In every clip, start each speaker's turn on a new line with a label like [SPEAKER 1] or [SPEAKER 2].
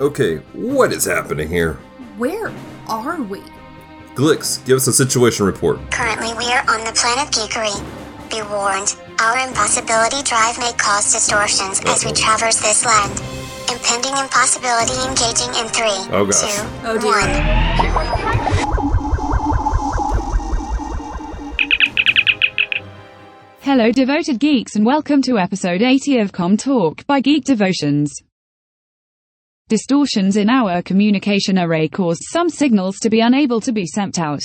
[SPEAKER 1] Okay, what is happening here?
[SPEAKER 2] Where are we?
[SPEAKER 1] Glix, give us a situation report.
[SPEAKER 3] Currently, we are on the planet Geekery. Be warned, our impossibility drive may cause distortions as we traverse this land. Impending impossibility engaging in three, two, one.
[SPEAKER 1] Oh, gosh.
[SPEAKER 2] Oh, dear.
[SPEAKER 4] Hello, devoted geeks, and welcome to episode 80 of Com Talk by Geek Devotions. Distortions in our communication array caused some signals to be unable to be sent out.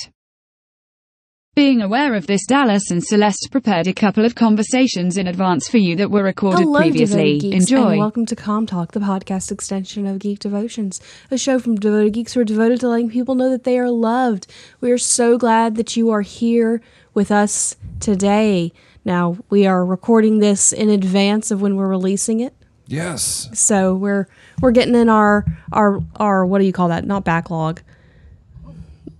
[SPEAKER 4] Being aware of this, Dallas and Celeste prepared a couple of conversations in advance for you that were recorded
[SPEAKER 5] Hello,
[SPEAKER 4] previously.
[SPEAKER 5] devoted geeks,
[SPEAKER 4] Enjoy.
[SPEAKER 5] and welcome to Com Talk, the podcast extension of Geek Devotions, a show from devoted geeks who are devoted to letting people know that they are loved. We are so glad that you are here with us today. Now we are recording this in advance of when we're releasing it,
[SPEAKER 6] Yes.
[SPEAKER 5] so we're we're getting in our our our what do you call that? Not backlog.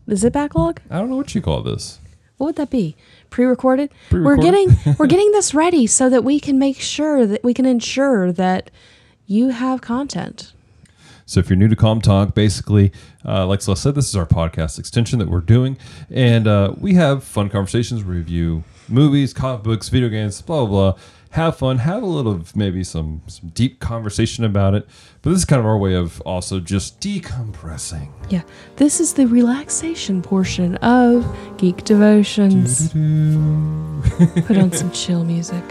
[SPEAKER 5] Is it backlog?
[SPEAKER 6] I don't know what you call this.
[SPEAKER 5] what would that be? Pre-recorded. We're
[SPEAKER 6] Pre-recorded.
[SPEAKER 5] getting we're getting this ready so that we can make sure that we can ensure that you have content.
[SPEAKER 6] So if you're new to Calm Talk, basically, uh, like Celeste said, this is our podcast extension that we're doing, and uh, we have fun conversations, review movies, comic books, video games, blah blah blah. Have fun, have a little of maybe some some deep conversation about it. But this is kind of our way of also just decompressing.
[SPEAKER 5] Yeah, this is the relaxation portion of Geek Devotions. Put on some chill music.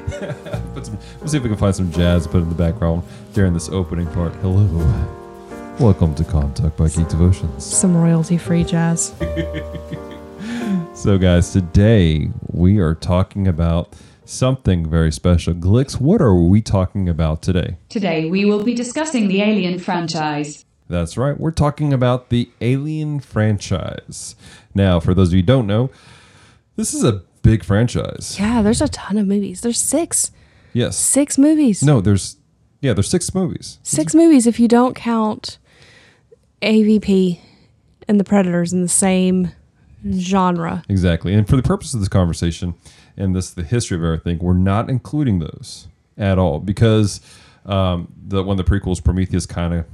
[SPEAKER 6] Put some, we'll see if we can find some jazz to put in the background during this opening part. Hello, welcome to Calm Talk by Geek Devotions.
[SPEAKER 5] Some royalty-free jazz.
[SPEAKER 6] So, guys, today we are talking about something very special. Glix, what are we talking about today?
[SPEAKER 4] Today we will be discussing the Alien franchise.
[SPEAKER 6] That's right, we're talking about the Alien franchise. Now, for those of you who don't know, this is a big franchise.
[SPEAKER 5] Yeah, there's a ton of movies. There's six.
[SPEAKER 6] Yes.
[SPEAKER 5] Six movies.
[SPEAKER 6] No, there's, yeah, there's six movies.
[SPEAKER 5] Six movies if you don't count AVP and the Predators in the same genre.
[SPEAKER 6] Exactly. And for the purpose of this conversation and this the history of everything, we're not including those at all because um, the one of the prequels, Prometheus, kind of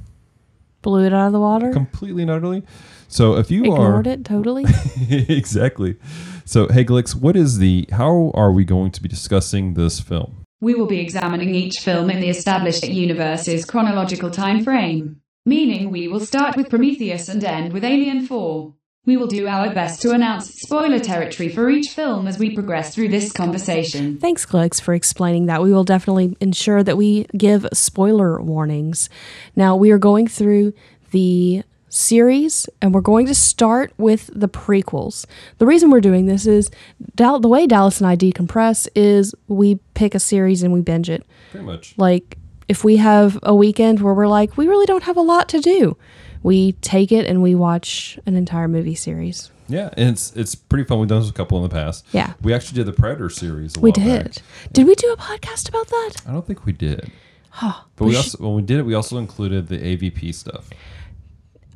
[SPEAKER 5] Blew it out of the water.
[SPEAKER 6] completely and utterly. So if you are
[SPEAKER 5] Ignored it totally.
[SPEAKER 6] exactly. So, hey, Glix, what is the? How are we going to be discussing this film?
[SPEAKER 4] We will be examining each film in the established universe's chronological time frame, meaning we will start with Prometheus and end with Alien 4. We will do our best to announce spoiler territory for each film as we progress through this conversation.
[SPEAKER 5] Thanks, Glix, for explaining that. We will definitely ensure that we give spoiler warnings. Now, we are going through the series and we're going to start with the prequels. The reason we're doing this is Dal- the way Dallas and I decompress is we pick a series and we binge it.
[SPEAKER 6] Pretty much.
[SPEAKER 5] Like, if we have a weekend where we're like, we really don't have a lot to do, we take it and we watch an entire movie series.
[SPEAKER 6] Yeah, and it's it's pretty fun. We've done this a couple in the past.
[SPEAKER 5] Yeah.
[SPEAKER 6] we actually did the Predator series. A
[SPEAKER 5] We
[SPEAKER 6] while back.
[SPEAKER 5] did. Did we do a podcast about that?
[SPEAKER 6] I don't think we did. But we, also when we did it, we also included the AVP stuff.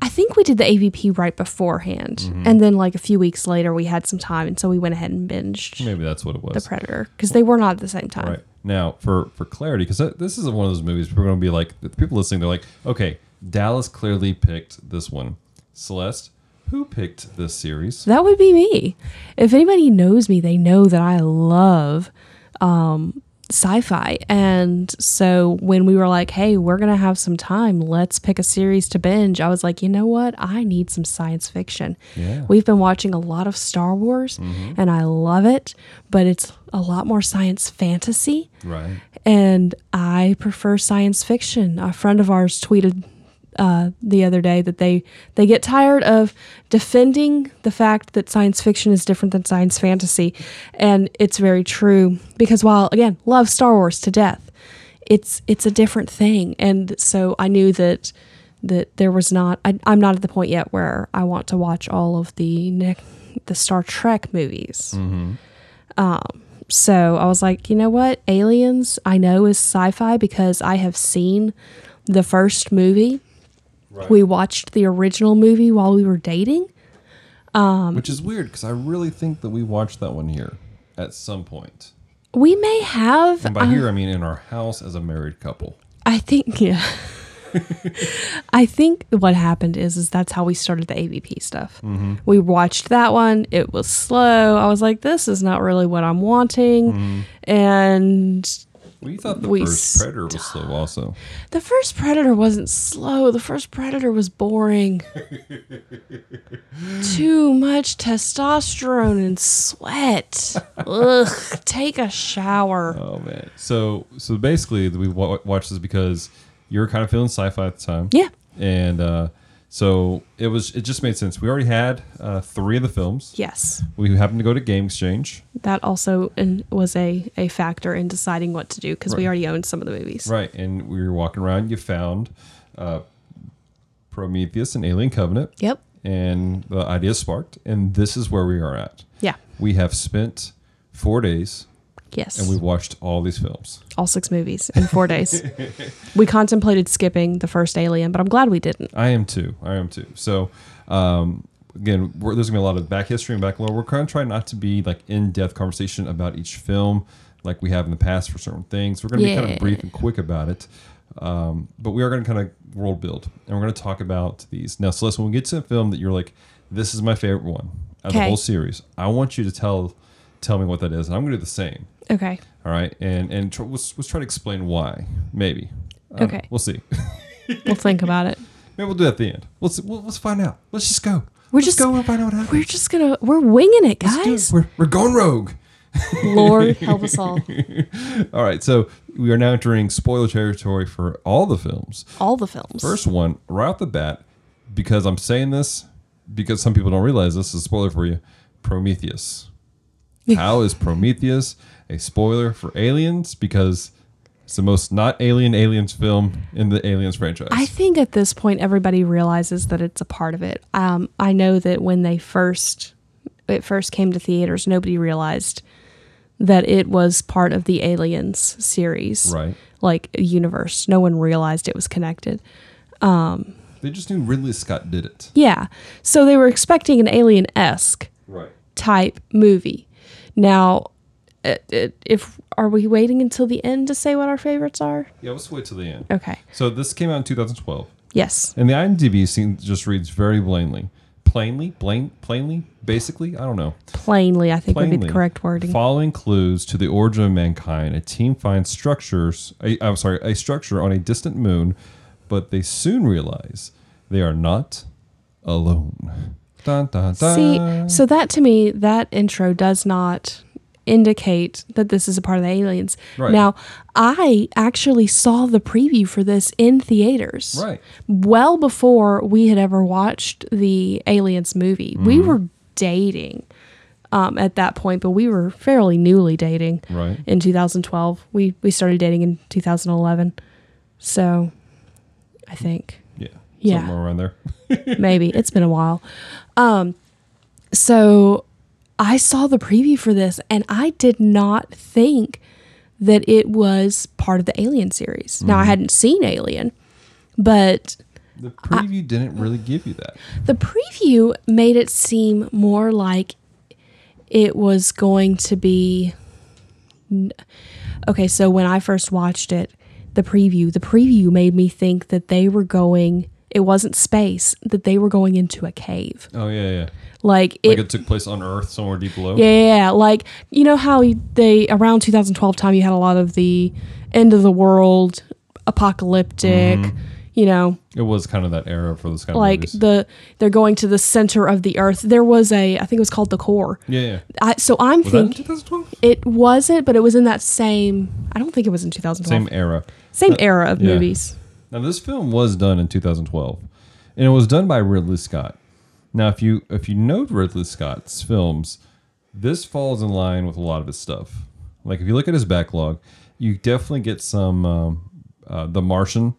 [SPEAKER 5] I think we did the AVP right beforehand,
[SPEAKER 6] Mm-hmm.
[SPEAKER 5] and then like a few weeks later, we had some time, and so we went ahead and binged
[SPEAKER 6] Maybe that's what it was.
[SPEAKER 5] the Predator because they were not at the same time.
[SPEAKER 6] Right now, for for clarity, because this is one of those movies we're going to be like the people listening. They're like, okay, Dallas clearly picked this one. Celeste, who picked this series?
[SPEAKER 5] That would be me. If anybody knows me, they know that I love um, sci-fi, and so when we were like, "Hey, we're gonna have some time. Let's pick a series to binge," I was like, "You know what? I need some science fiction.
[SPEAKER 6] Yeah. Mm-hmm.
[SPEAKER 5] We've been watching a lot of Star Wars, and I love it, but it's a lot more science fantasy."
[SPEAKER 6] Right.
[SPEAKER 5] and I prefer science fiction. A friend of ours tweeted uh, the other day that they they get tired of defending the fact that science fiction is different than science fantasy, and it's very true because while again love Star Wars to death, it's it's a different thing, and so I knew that. That there was not, I, I'm not at the point yet where I want to watch all of the ne- the Star Trek movies. So I was like, you know what? Aliens, I know, is sci fi because I have seen the first movie. We watched the original movie while we were dating.
[SPEAKER 6] Which is weird because I really think that we watched that one here at some point.
[SPEAKER 5] We may have, Uh,
[SPEAKER 6] And by here, I mean in our house as a married couple.
[SPEAKER 5] I think, yeah. I think what happened is is that's how we started the AVP stuff. We watched that one. It was slow. I was like, this is not really what I'm wanting. And
[SPEAKER 6] We thought the
[SPEAKER 5] We
[SPEAKER 6] first Predator was slow, also.
[SPEAKER 5] the first Predator wasn't slow. The first Predator was boring. Too much testosterone and sweat. Ugh, take a shower.
[SPEAKER 6] Oh man. So so basically, we wa- watched this because you were kind of feeling sci-fi at the time.
[SPEAKER 5] Yeah.
[SPEAKER 6] And uh, so it was. It just made sense. We already had uh, three of the films.
[SPEAKER 5] Yes.
[SPEAKER 6] We happened to go to Game Exchange.
[SPEAKER 5] that also in, was a, a factor in deciding what to do because we
[SPEAKER 6] Right.
[SPEAKER 5] already owned some of the movies.
[SPEAKER 6] Right, and we were walking around. You found uh, Prometheus and Alien Covenant.
[SPEAKER 5] Yep.
[SPEAKER 6] And the idea sparked, and this is where we are at.
[SPEAKER 5] Yeah.
[SPEAKER 6] We have spent four days,
[SPEAKER 5] Yes.
[SPEAKER 6] and we watched all these films.
[SPEAKER 5] All six movies in four days. We contemplated skipping the first Alien, but I'm glad we didn't.
[SPEAKER 6] I am too. I am too. So, um, again, we're, there's gonna be a lot of back history and back lore. We're kind of trying not to be like in-depth conversation about each film, like we have in the past for certain things. We're gonna be kind
[SPEAKER 5] Yeah.
[SPEAKER 6] of brief and quick about it. Um, but we are gonna kind of world build, and we're gonna talk about these now. Celeste, when we get to a film that you're like, this is my favorite one of the
[SPEAKER 5] Okay.
[SPEAKER 6] whole series, I want you to tell tell me what that is, and I'm gonna do the same.
[SPEAKER 5] Okay.
[SPEAKER 6] All right, and and tr- let's, let's try to explain why. Maybe. I don't know.
[SPEAKER 5] Okay.
[SPEAKER 6] We'll see.
[SPEAKER 5] We'll think about it.
[SPEAKER 6] Maybe we'll do that at the end. Let's we'll, let's find out. Let's just go.
[SPEAKER 5] We're
[SPEAKER 6] let's
[SPEAKER 5] just-
[SPEAKER 6] go and find out what happens.
[SPEAKER 5] We're just going to, we're winging it,
[SPEAKER 6] Let's do it.
[SPEAKER 5] guys.
[SPEAKER 6] We're, we're going rogue.
[SPEAKER 5] Lord, help us all.
[SPEAKER 6] All right, so we are now entering spoiler territory for all the films.
[SPEAKER 5] All the films.
[SPEAKER 6] First one, right off the bat, because I'm saying this because some people don't realize this is a spoiler for you. Prometheus. How is Prometheus a spoiler for Aliens? Because it's the most not alien aliens film in the Aliens franchise.
[SPEAKER 5] I think at this point everybody realizes that it's a part of it. Um, I know that when they first it first came to theaters, nobody realized that it was part of the Aliens series,
[SPEAKER 6] Right.
[SPEAKER 5] Like universe, no one realized it was connected.
[SPEAKER 6] they just knew Ridley Scott did it.
[SPEAKER 5] Yeah, so they were expecting an Alien esque
[SPEAKER 6] Right.
[SPEAKER 5] type movie. Now, it, it, if are we waiting until the end to say what our favorites are?
[SPEAKER 6] Yeah, let's wait till the end.
[SPEAKER 5] Okay.
[SPEAKER 6] So this came out in 2012.
[SPEAKER 5] Yes.
[SPEAKER 6] And the IMDb scene just reads very plainly. Plainly? Plain, plainly? Basically? I don't know.
[SPEAKER 5] Plainly, I think
[SPEAKER 6] Plainly.
[SPEAKER 5] would be the correct wording.
[SPEAKER 6] Following clues to the origin of mankind, a team finds structures, a, I'm sorry, a structure on a distant moon, but they soon realize they are not alone. Dun, dun, dun.
[SPEAKER 5] See, so that to me, that intro does not indicate that this is a part of the aliens.
[SPEAKER 6] Right.
[SPEAKER 5] Now, I actually saw the preview for this in theaters.
[SPEAKER 6] Right.
[SPEAKER 5] Well before we had ever watched the aliens movie. We
[SPEAKER 6] Mm-hmm.
[SPEAKER 5] were dating um, at that point, but we were fairly newly dating.
[SPEAKER 6] Right.
[SPEAKER 5] In 2012, we we started dating in 2011. So, I think
[SPEAKER 6] Yeah.
[SPEAKER 5] Yeah.
[SPEAKER 6] Something around there.
[SPEAKER 5] maybe it's been a while um so i saw the preview for this and i did not think that it was part of the alien series now i hadn't seen alien but
[SPEAKER 6] The preview didn't really give you that.
[SPEAKER 5] the preview made it seem more like it was going to be okay so when i first watched it the preview the preview made me think that they were going it wasn't space that they were going into a cave
[SPEAKER 6] Oh, yeah, yeah.
[SPEAKER 5] like
[SPEAKER 6] Like
[SPEAKER 5] it,
[SPEAKER 6] it, took place on Earth somewhere deep below.
[SPEAKER 5] yeah, yeah, yeah. like you know how you- they around 2012 time you had a lot of the end of the world, apocalyptic,
[SPEAKER 6] Mm-hmm.
[SPEAKER 5] you know,
[SPEAKER 6] It was kind of that era for this kind
[SPEAKER 5] like
[SPEAKER 6] of movies.
[SPEAKER 5] the they're going to the center of the earth. There was a I think it was called the core.
[SPEAKER 6] yeah, yeah.
[SPEAKER 5] I, so I'm
[SPEAKER 6] Was that in
[SPEAKER 5] thinking
[SPEAKER 6] 2012?
[SPEAKER 5] it wasn't, but it was in that same. I don't think it was in 2012.
[SPEAKER 6] Same
[SPEAKER 5] Same,
[SPEAKER 6] era.
[SPEAKER 5] era of
[SPEAKER 6] yeah.
[SPEAKER 5] movies.
[SPEAKER 6] Now this film was done in 2012, and it was done by Ridley Scott. Now, if you if you know Ridley Scott's films, this falls in line with a lot of his stuff. Like if you look at his backlog, you definitely get some um, uh, The Martian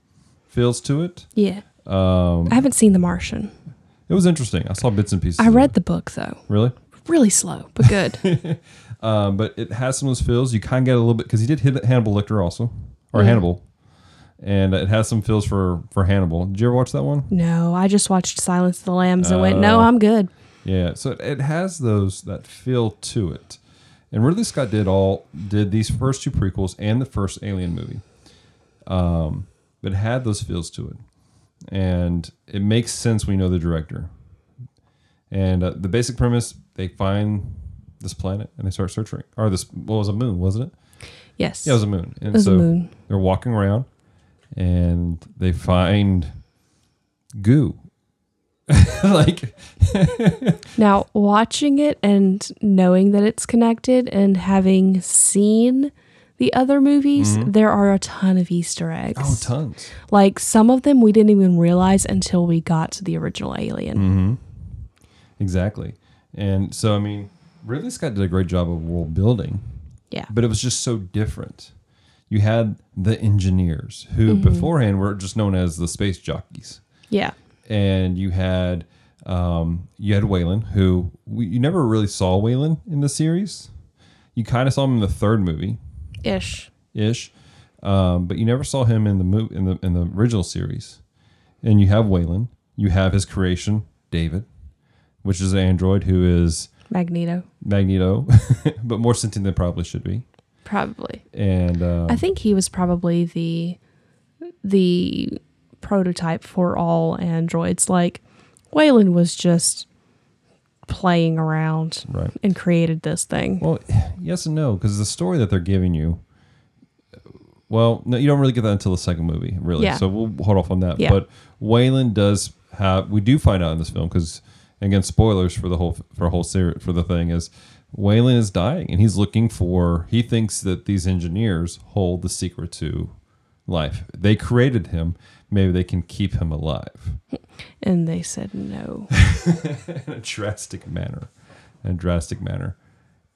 [SPEAKER 6] feels to it.
[SPEAKER 5] Yeah. Um, I haven't seen The Martian.
[SPEAKER 6] It was interesting. I saw bits and pieces.
[SPEAKER 5] I
[SPEAKER 6] of
[SPEAKER 5] read
[SPEAKER 6] it.
[SPEAKER 5] the book though.
[SPEAKER 6] really,
[SPEAKER 5] Really slow, but good.
[SPEAKER 6] um, but it has some of those feels. You kind of get a little bit because he did hit Hannibal Lecter also, or Hannibal, and it has some feels for for Hannibal. Did you ever watch that one?
[SPEAKER 5] no, I just watched Silence of the Lambs and went,
[SPEAKER 6] Uh,
[SPEAKER 5] no, I'm good.
[SPEAKER 6] Yeah, so it, it has those that feel to it. And Ridley Scott did all did these first two prequels and the first Alien movie. Um, but it had those feels to it. And it makes sense when you know the director. And uh, the basic premise they find this planet and they start searching. Or this, well, it was a moon, wasn't it?
[SPEAKER 5] Yes.
[SPEAKER 6] Yeah, it was a moon. And
[SPEAKER 5] was a
[SPEAKER 6] so
[SPEAKER 5] moon.
[SPEAKER 6] they're walking around and they find goo. like,
[SPEAKER 5] Now, watching it and knowing that it's connected and having seen the other movies, there are a ton of Easter eggs.
[SPEAKER 6] Mm-hmm. oh, tons.
[SPEAKER 5] like some of them we didn't even realize until we got to the original Alien.
[SPEAKER 6] Mm-hmm. Exactly. And so, I mean, Ridley Scott did a great job of world building,
[SPEAKER 5] Yeah.
[SPEAKER 6] but it was just so different. You had the engineers who beforehand were just known as the space jockeys.
[SPEAKER 5] Yeah.
[SPEAKER 6] and you had um, you had Waylon, who we, you never really saw Waylon in the series. You kind of saw him in the third movie
[SPEAKER 5] Ish.
[SPEAKER 6] ish, um, but you never saw him in the movie in the in the original series. And you have Waylon, you have his creation David, which is an android who is
[SPEAKER 5] Magneto.
[SPEAKER 6] Magneto, but more sentient than probably should be.
[SPEAKER 5] Probably.
[SPEAKER 6] And um,
[SPEAKER 5] I think he was probably the the prototype for all androids. Like Waylon was just playing around
[SPEAKER 6] Right.
[SPEAKER 5] and created this thing.
[SPEAKER 6] Well, yes and no, because the story that they're giving you, well, no, you don't really get that until the second movie, really.
[SPEAKER 5] Yeah.
[SPEAKER 6] So we'll hold off on that.
[SPEAKER 5] Yeah.
[SPEAKER 6] But Waylon does have. We do find out in this film because, again, spoilers for the whole for a whole series for the thing is, Waylon is dying and he's looking for. He thinks that these engineers hold the secret to life. They created him. Maybe they can keep him alive
[SPEAKER 5] and they said no.
[SPEAKER 6] in a drastic manner, in a drastic manner.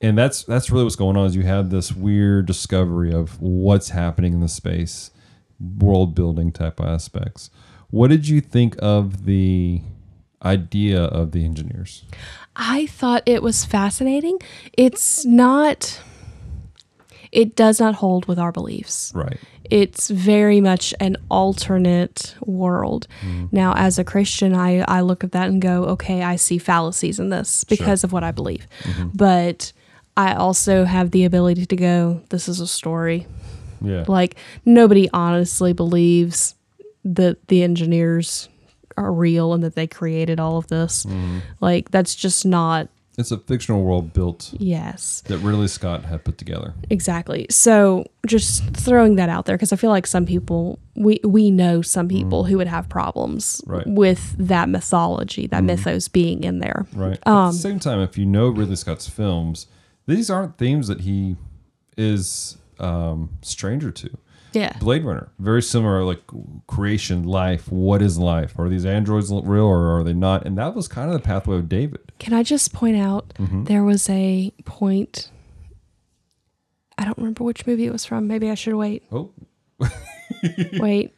[SPEAKER 6] And that's that's really what's going on is you have this weird discovery of what's happening in the space, world building type aspects. What did you think of the idea of the engineers?
[SPEAKER 5] I thought it was fascinating. It's not it does not hold with our beliefs.
[SPEAKER 6] Right.
[SPEAKER 5] it's very much an alternate world. Now, as a Christian, I, I look at that and go, okay, I see fallacies in this because of what I believe. But I also have the ability to go, this is a story.
[SPEAKER 6] Yeah.
[SPEAKER 5] Like, nobody honestly believes that the engineers are real and that they created all of this. Like, that's just not,
[SPEAKER 6] it's a fictional world built
[SPEAKER 5] yes.
[SPEAKER 6] that Ridley Scott had put together.
[SPEAKER 5] Exactly. So just throwing that out there because I feel like some people we we know some people who would have problems
[SPEAKER 6] Mm-hmm. Right. Mm-hmm.
[SPEAKER 5] with that mythology, that mythos being in there.
[SPEAKER 6] Right. At the same time, if you know Ridley Scott's films, these aren't themes that he is um, stranger to.
[SPEAKER 5] Yeah.
[SPEAKER 6] Blade Runner, very similar, like creation, life. What is life? Are these androids l- real or are they not? And that was kind of the pathway of David.
[SPEAKER 5] Can I just point out
[SPEAKER 6] Mm-hmm.
[SPEAKER 5] there was a point I don't remember which movie it was from. Maybe I should wait.
[SPEAKER 6] Oh,
[SPEAKER 5] Wait.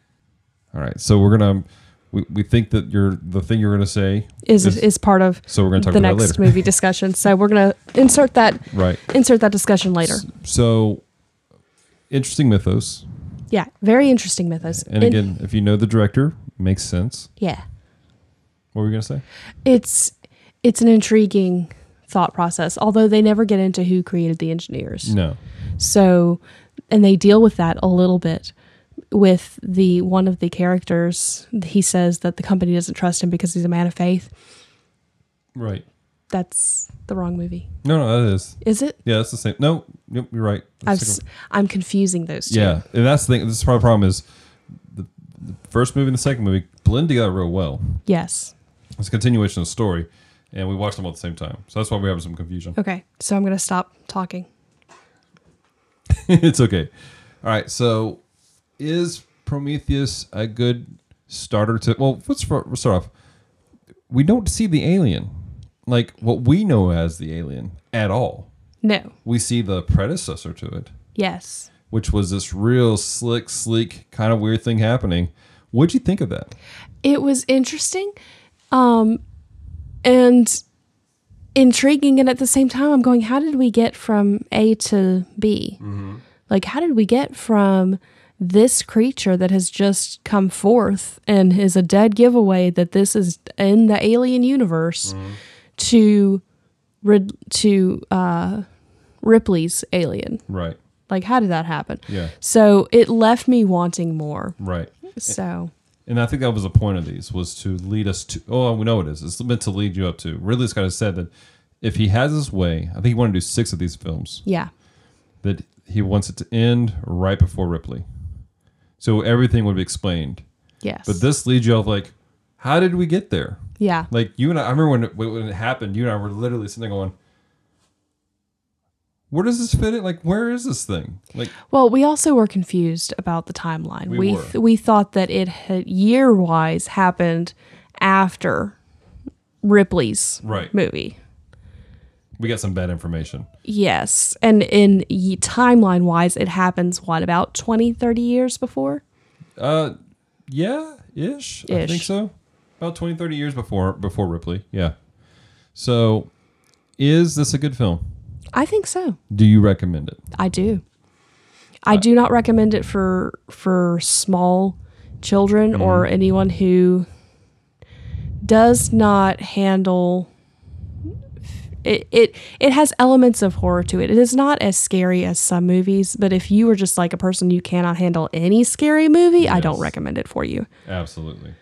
[SPEAKER 6] all right. So we're gonna we, we think that you're the thing you're gonna say
[SPEAKER 5] Is is part of
[SPEAKER 6] So we're gonna talk
[SPEAKER 5] the
[SPEAKER 6] about it
[SPEAKER 5] next
[SPEAKER 6] later.
[SPEAKER 5] movie discussion. So we're gonna insert that
[SPEAKER 6] right.
[SPEAKER 5] insert that discussion later.
[SPEAKER 6] So interesting mythos.
[SPEAKER 5] Yeah. Very interesting mythos.
[SPEAKER 6] And
[SPEAKER 5] It-
[SPEAKER 6] again, if you know the director, makes sense.
[SPEAKER 5] yeah.
[SPEAKER 6] What were you gonna say?
[SPEAKER 5] it's it's an intriguing thought process although they never get into who created the engineers
[SPEAKER 6] No.
[SPEAKER 5] so and they deal with that a little bit with the one of the characters he says that the company doesn't trust him because he's a man of faith
[SPEAKER 6] Right.
[SPEAKER 5] that's the wrong movie
[SPEAKER 6] No, no, that is.
[SPEAKER 5] is it
[SPEAKER 6] Yeah, that's the same. No, yep, you're right.
[SPEAKER 5] I've,
[SPEAKER 6] Let's
[SPEAKER 5] s-
[SPEAKER 6] take
[SPEAKER 5] i'm confusing those
[SPEAKER 6] a-
[SPEAKER 5] two
[SPEAKER 6] yeah, and that's the thing. This is part of the problem is the, the first movie and the second movie blend together real well.
[SPEAKER 5] yes
[SPEAKER 6] It's a continuation of the story, and we watched them all at the same time. So that's why we're having some confusion.
[SPEAKER 5] okay so i'm gonna stop talking
[SPEAKER 6] it's okay. All right. So is Prometheus a good starter to? Well, let's fir- let's start off. We don't see the alien, like what we know as the alien, at all.
[SPEAKER 5] no
[SPEAKER 6] We see the predecessor to it,
[SPEAKER 5] yes
[SPEAKER 6] which was this real slick, sleek kind of weird thing happening. What'd you think of that?
[SPEAKER 5] it was interesting um and intriguing and at the same time i'm going how did we get from a to b
[SPEAKER 6] Mm-hmm.
[SPEAKER 5] like how did we get from this creature that has just come forth and is a dead giveaway that this is in the alien universe
[SPEAKER 6] Mm-hmm.
[SPEAKER 5] to Rid- to uh ripley's alien
[SPEAKER 6] Right.
[SPEAKER 5] like how did that happen
[SPEAKER 6] Yeah.
[SPEAKER 5] so it left me wanting more
[SPEAKER 6] Right.
[SPEAKER 5] So
[SPEAKER 6] And I think that was the point of these was to lead us to. Oh, we know it is. It's meant to lead you up to. Ridley Scott has said that if he has his way, I think he wanted to do six of these films.
[SPEAKER 5] yeah,
[SPEAKER 6] That he wants it to end right before Ripley, so everything would be explained.
[SPEAKER 5] yes,
[SPEAKER 6] But this leads you off like, how did we get there?
[SPEAKER 5] yeah,
[SPEAKER 6] Like you and I, I remember when it, when it happened. You and I were literally sitting there going, "Where does this fit in? Like, where is this thing? Like,
[SPEAKER 5] Well, we also were confused about the timeline.
[SPEAKER 6] We
[SPEAKER 5] We we,
[SPEAKER 6] were.
[SPEAKER 5] thought that it had year wise happened after Ripley's
[SPEAKER 6] Right.
[SPEAKER 5] movie.
[SPEAKER 6] we got some bad information."
[SPEAKER 5] Yes, and in ye- timeline wise, it happens what about 20, 30 years before?
[SPEAKER 6] Uh, yeah, ish. I
[SPEAKER 5] Ish.
[SPEAKER 6] think so. About 20, 30 years before before Ripley. Yeah. So, is this a good film?
[SPEAKER 5] I think so.
[SPEAKER 6] Do you recommend it?
[SPEAKER 5] I do. I do not recommend it for for small children
[SPEAKER 6] Mm-hmm.
[SPEAKER 5] or anyone who does not handle it, it it has elements of horror to it. It is not as scary as some movies, but if you are just like a person you cannot handle any scary movie, I don't
[SPEAKER 6] Yes.
[SPEAKER 5] recommend it for you.
[SPEAKER 6] Absolutely.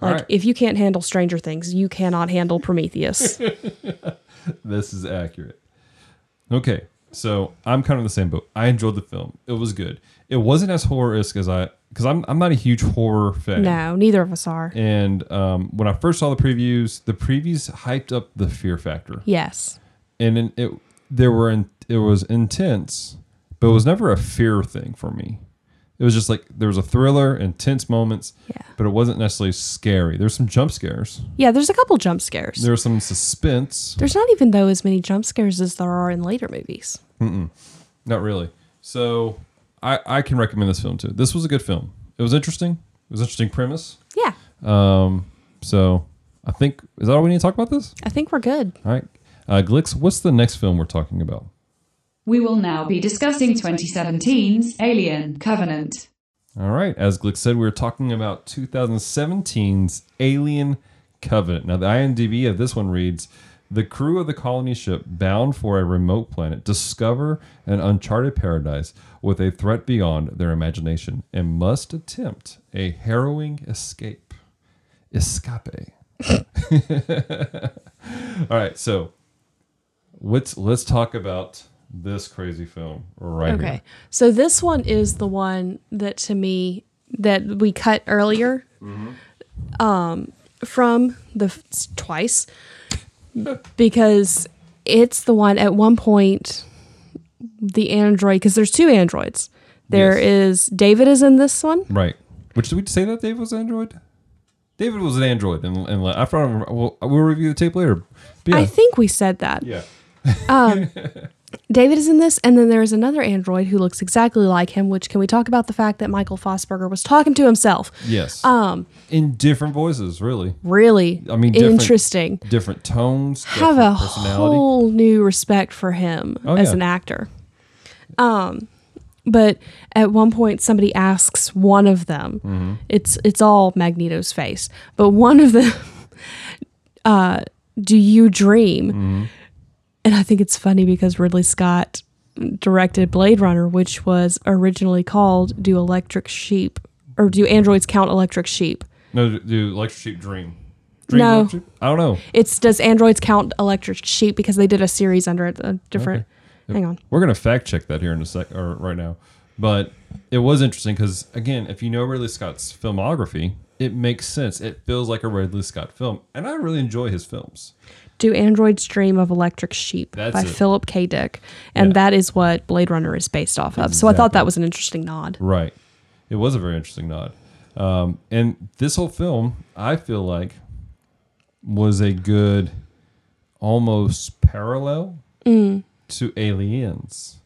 [SPEAKER 6] All
[SPEAKER 5] Like
[SPEAKER 6] right.
[SPEAKER 5] if you can't handle Stranger Things, you cannot handle Prometheus.
[SPEAKER 6] This is accurate. Okay. So I'm kind of in the same boat. I enjoyed the film. It was good. It wasn't as horror-esque as I, because I'm, I'm not a huge horror fan.
[SPEAKER 5] no, neither of us are.
[SPEAKER 6] And um, when I first saw the previews, the previews hyped up the fear factor.
[SPEAKER 5] Yes.
[SPEAKER 6] and in, it there were in, it was intense, but it was never a fear thing for me. It was just like there was a thriller, intense moments,
[SPEAKER 5] Yeah.
[SPEAKER 6] but it wasn't necessarily scary. There's some jump scares.
[SPEAKER 5] Yeah, there's a couple jump scares.
[SPEAKER 6] There was some suspense.
[SPEAKER 5] There's not even though as many jump scares as there are in later movies.
[SPEAKER 6] Not really. So I I can recommend this film too. This was a good film. It was interesting. It was an interesting premise. Um,
[SPEAKER 5] Yeah,
[SPEAKER 6] So I think is that all we need to talk about this?
[SPEAKER 5] I think we're good.
[SPEAKER 6] All right. Uh, Glix, what's the next film we're talking about?
[SPEAKER 4] We will now be discussing 2017's Alien Covenant.
[SPEAKER 6] All right. As Glick said, we were talking about 2017's Alien Covenant. Now, the IMDb of this one reads The crew of the colony ship bound for a remote planet discover an uncharted paradise with a threat beyond their imagination and must attempt a harrowing escape. Escape. All right. So let's, let's talk about this crazy film right
[SPEAKER 5] Okay.
[SPEAKER 6] here.
[SPEAKER 5] So this one is the one that to me that we cut earlier um from the f- s- twice because it's the one at one point the android because there's two androids. There is David is in this one.
[SPEAKER 6] Right. Which did we say that David was an android? David was an android, and, and I don't remember. We'll, we'll review the tape later. But yeah,
[SPEAKER 5] I think we said that.
[SPEAKER 6] yeah,
[SPEAKER 5] David is in this, and then there is another android who looks exactly like him. Which can we talk about the fact that Michael Fossberger was talking to himself?
[SPEAKER 6] yes. Um, in different voices, really,
[SPEAKER 5] Really,
[SPEAKER 6] I mean, different-
[SPEAKER 5] interesting.
[SPEAKER 6] different tones,
[SPEAKER 5] Have a
[SPEAKER 6] different personality.
[SPEAKER 5] whole new respect for him
[SPEAKER 6] Oh,
[SPEAKER 5] as
[SPEAKER 6] yeah.
[SPEAKER 5] an actor. Um, but at one point, somebody asks one of them.
[SPEAKER 6] Mm-hmm.
[SPEAKER 5] It's it's all Magneto's face, but one of them, uh, do you dream?
[SPEAKER 6] Mm-hmm.
[SPEAKER 5] And I think it's funny because Ridley Scott directed Blade Runner, which was originally called "Do Electric Sheep" or "Do Androids Count Electric Sheep?"
[SPEAKER 6] No, do- do electric sheep dream? dream
[SPEAKER 5] No.
[SPEAKER 6] Electric Sheep? I don't know.
[SPEAKER 5] It's "Does Androids Count Electric Sheep?" because they did a series under it, a different. Hang on.
[SPEAKER 6] We're gonna fact check that here in a sec or right now, but it was interesting because again, if you know Ridley Scott's filmography, it makes sense. It feels like a Ridley Scott film, and I really enjoy his films.
[SPEAKER 5] Do Androids Dream of Electric Sheep
[SPEAKER 6] That's
[SPEAKER 5] by
[SPEAKER 6] it.
[SPEAKER 5] Philip K. Dick. And
[SPEAKER 6] Yeah.
[SPEAKER 5] that is what Blade Runner is based off of. So I thought that was an interesting nod.
[SPEAKER 6] Right. It was a very interesting nod. Um, and this whole film, I feel like, was a good almost parallel
[SPEAKER 5] Mm.
[SPEAKER 6] to Aliens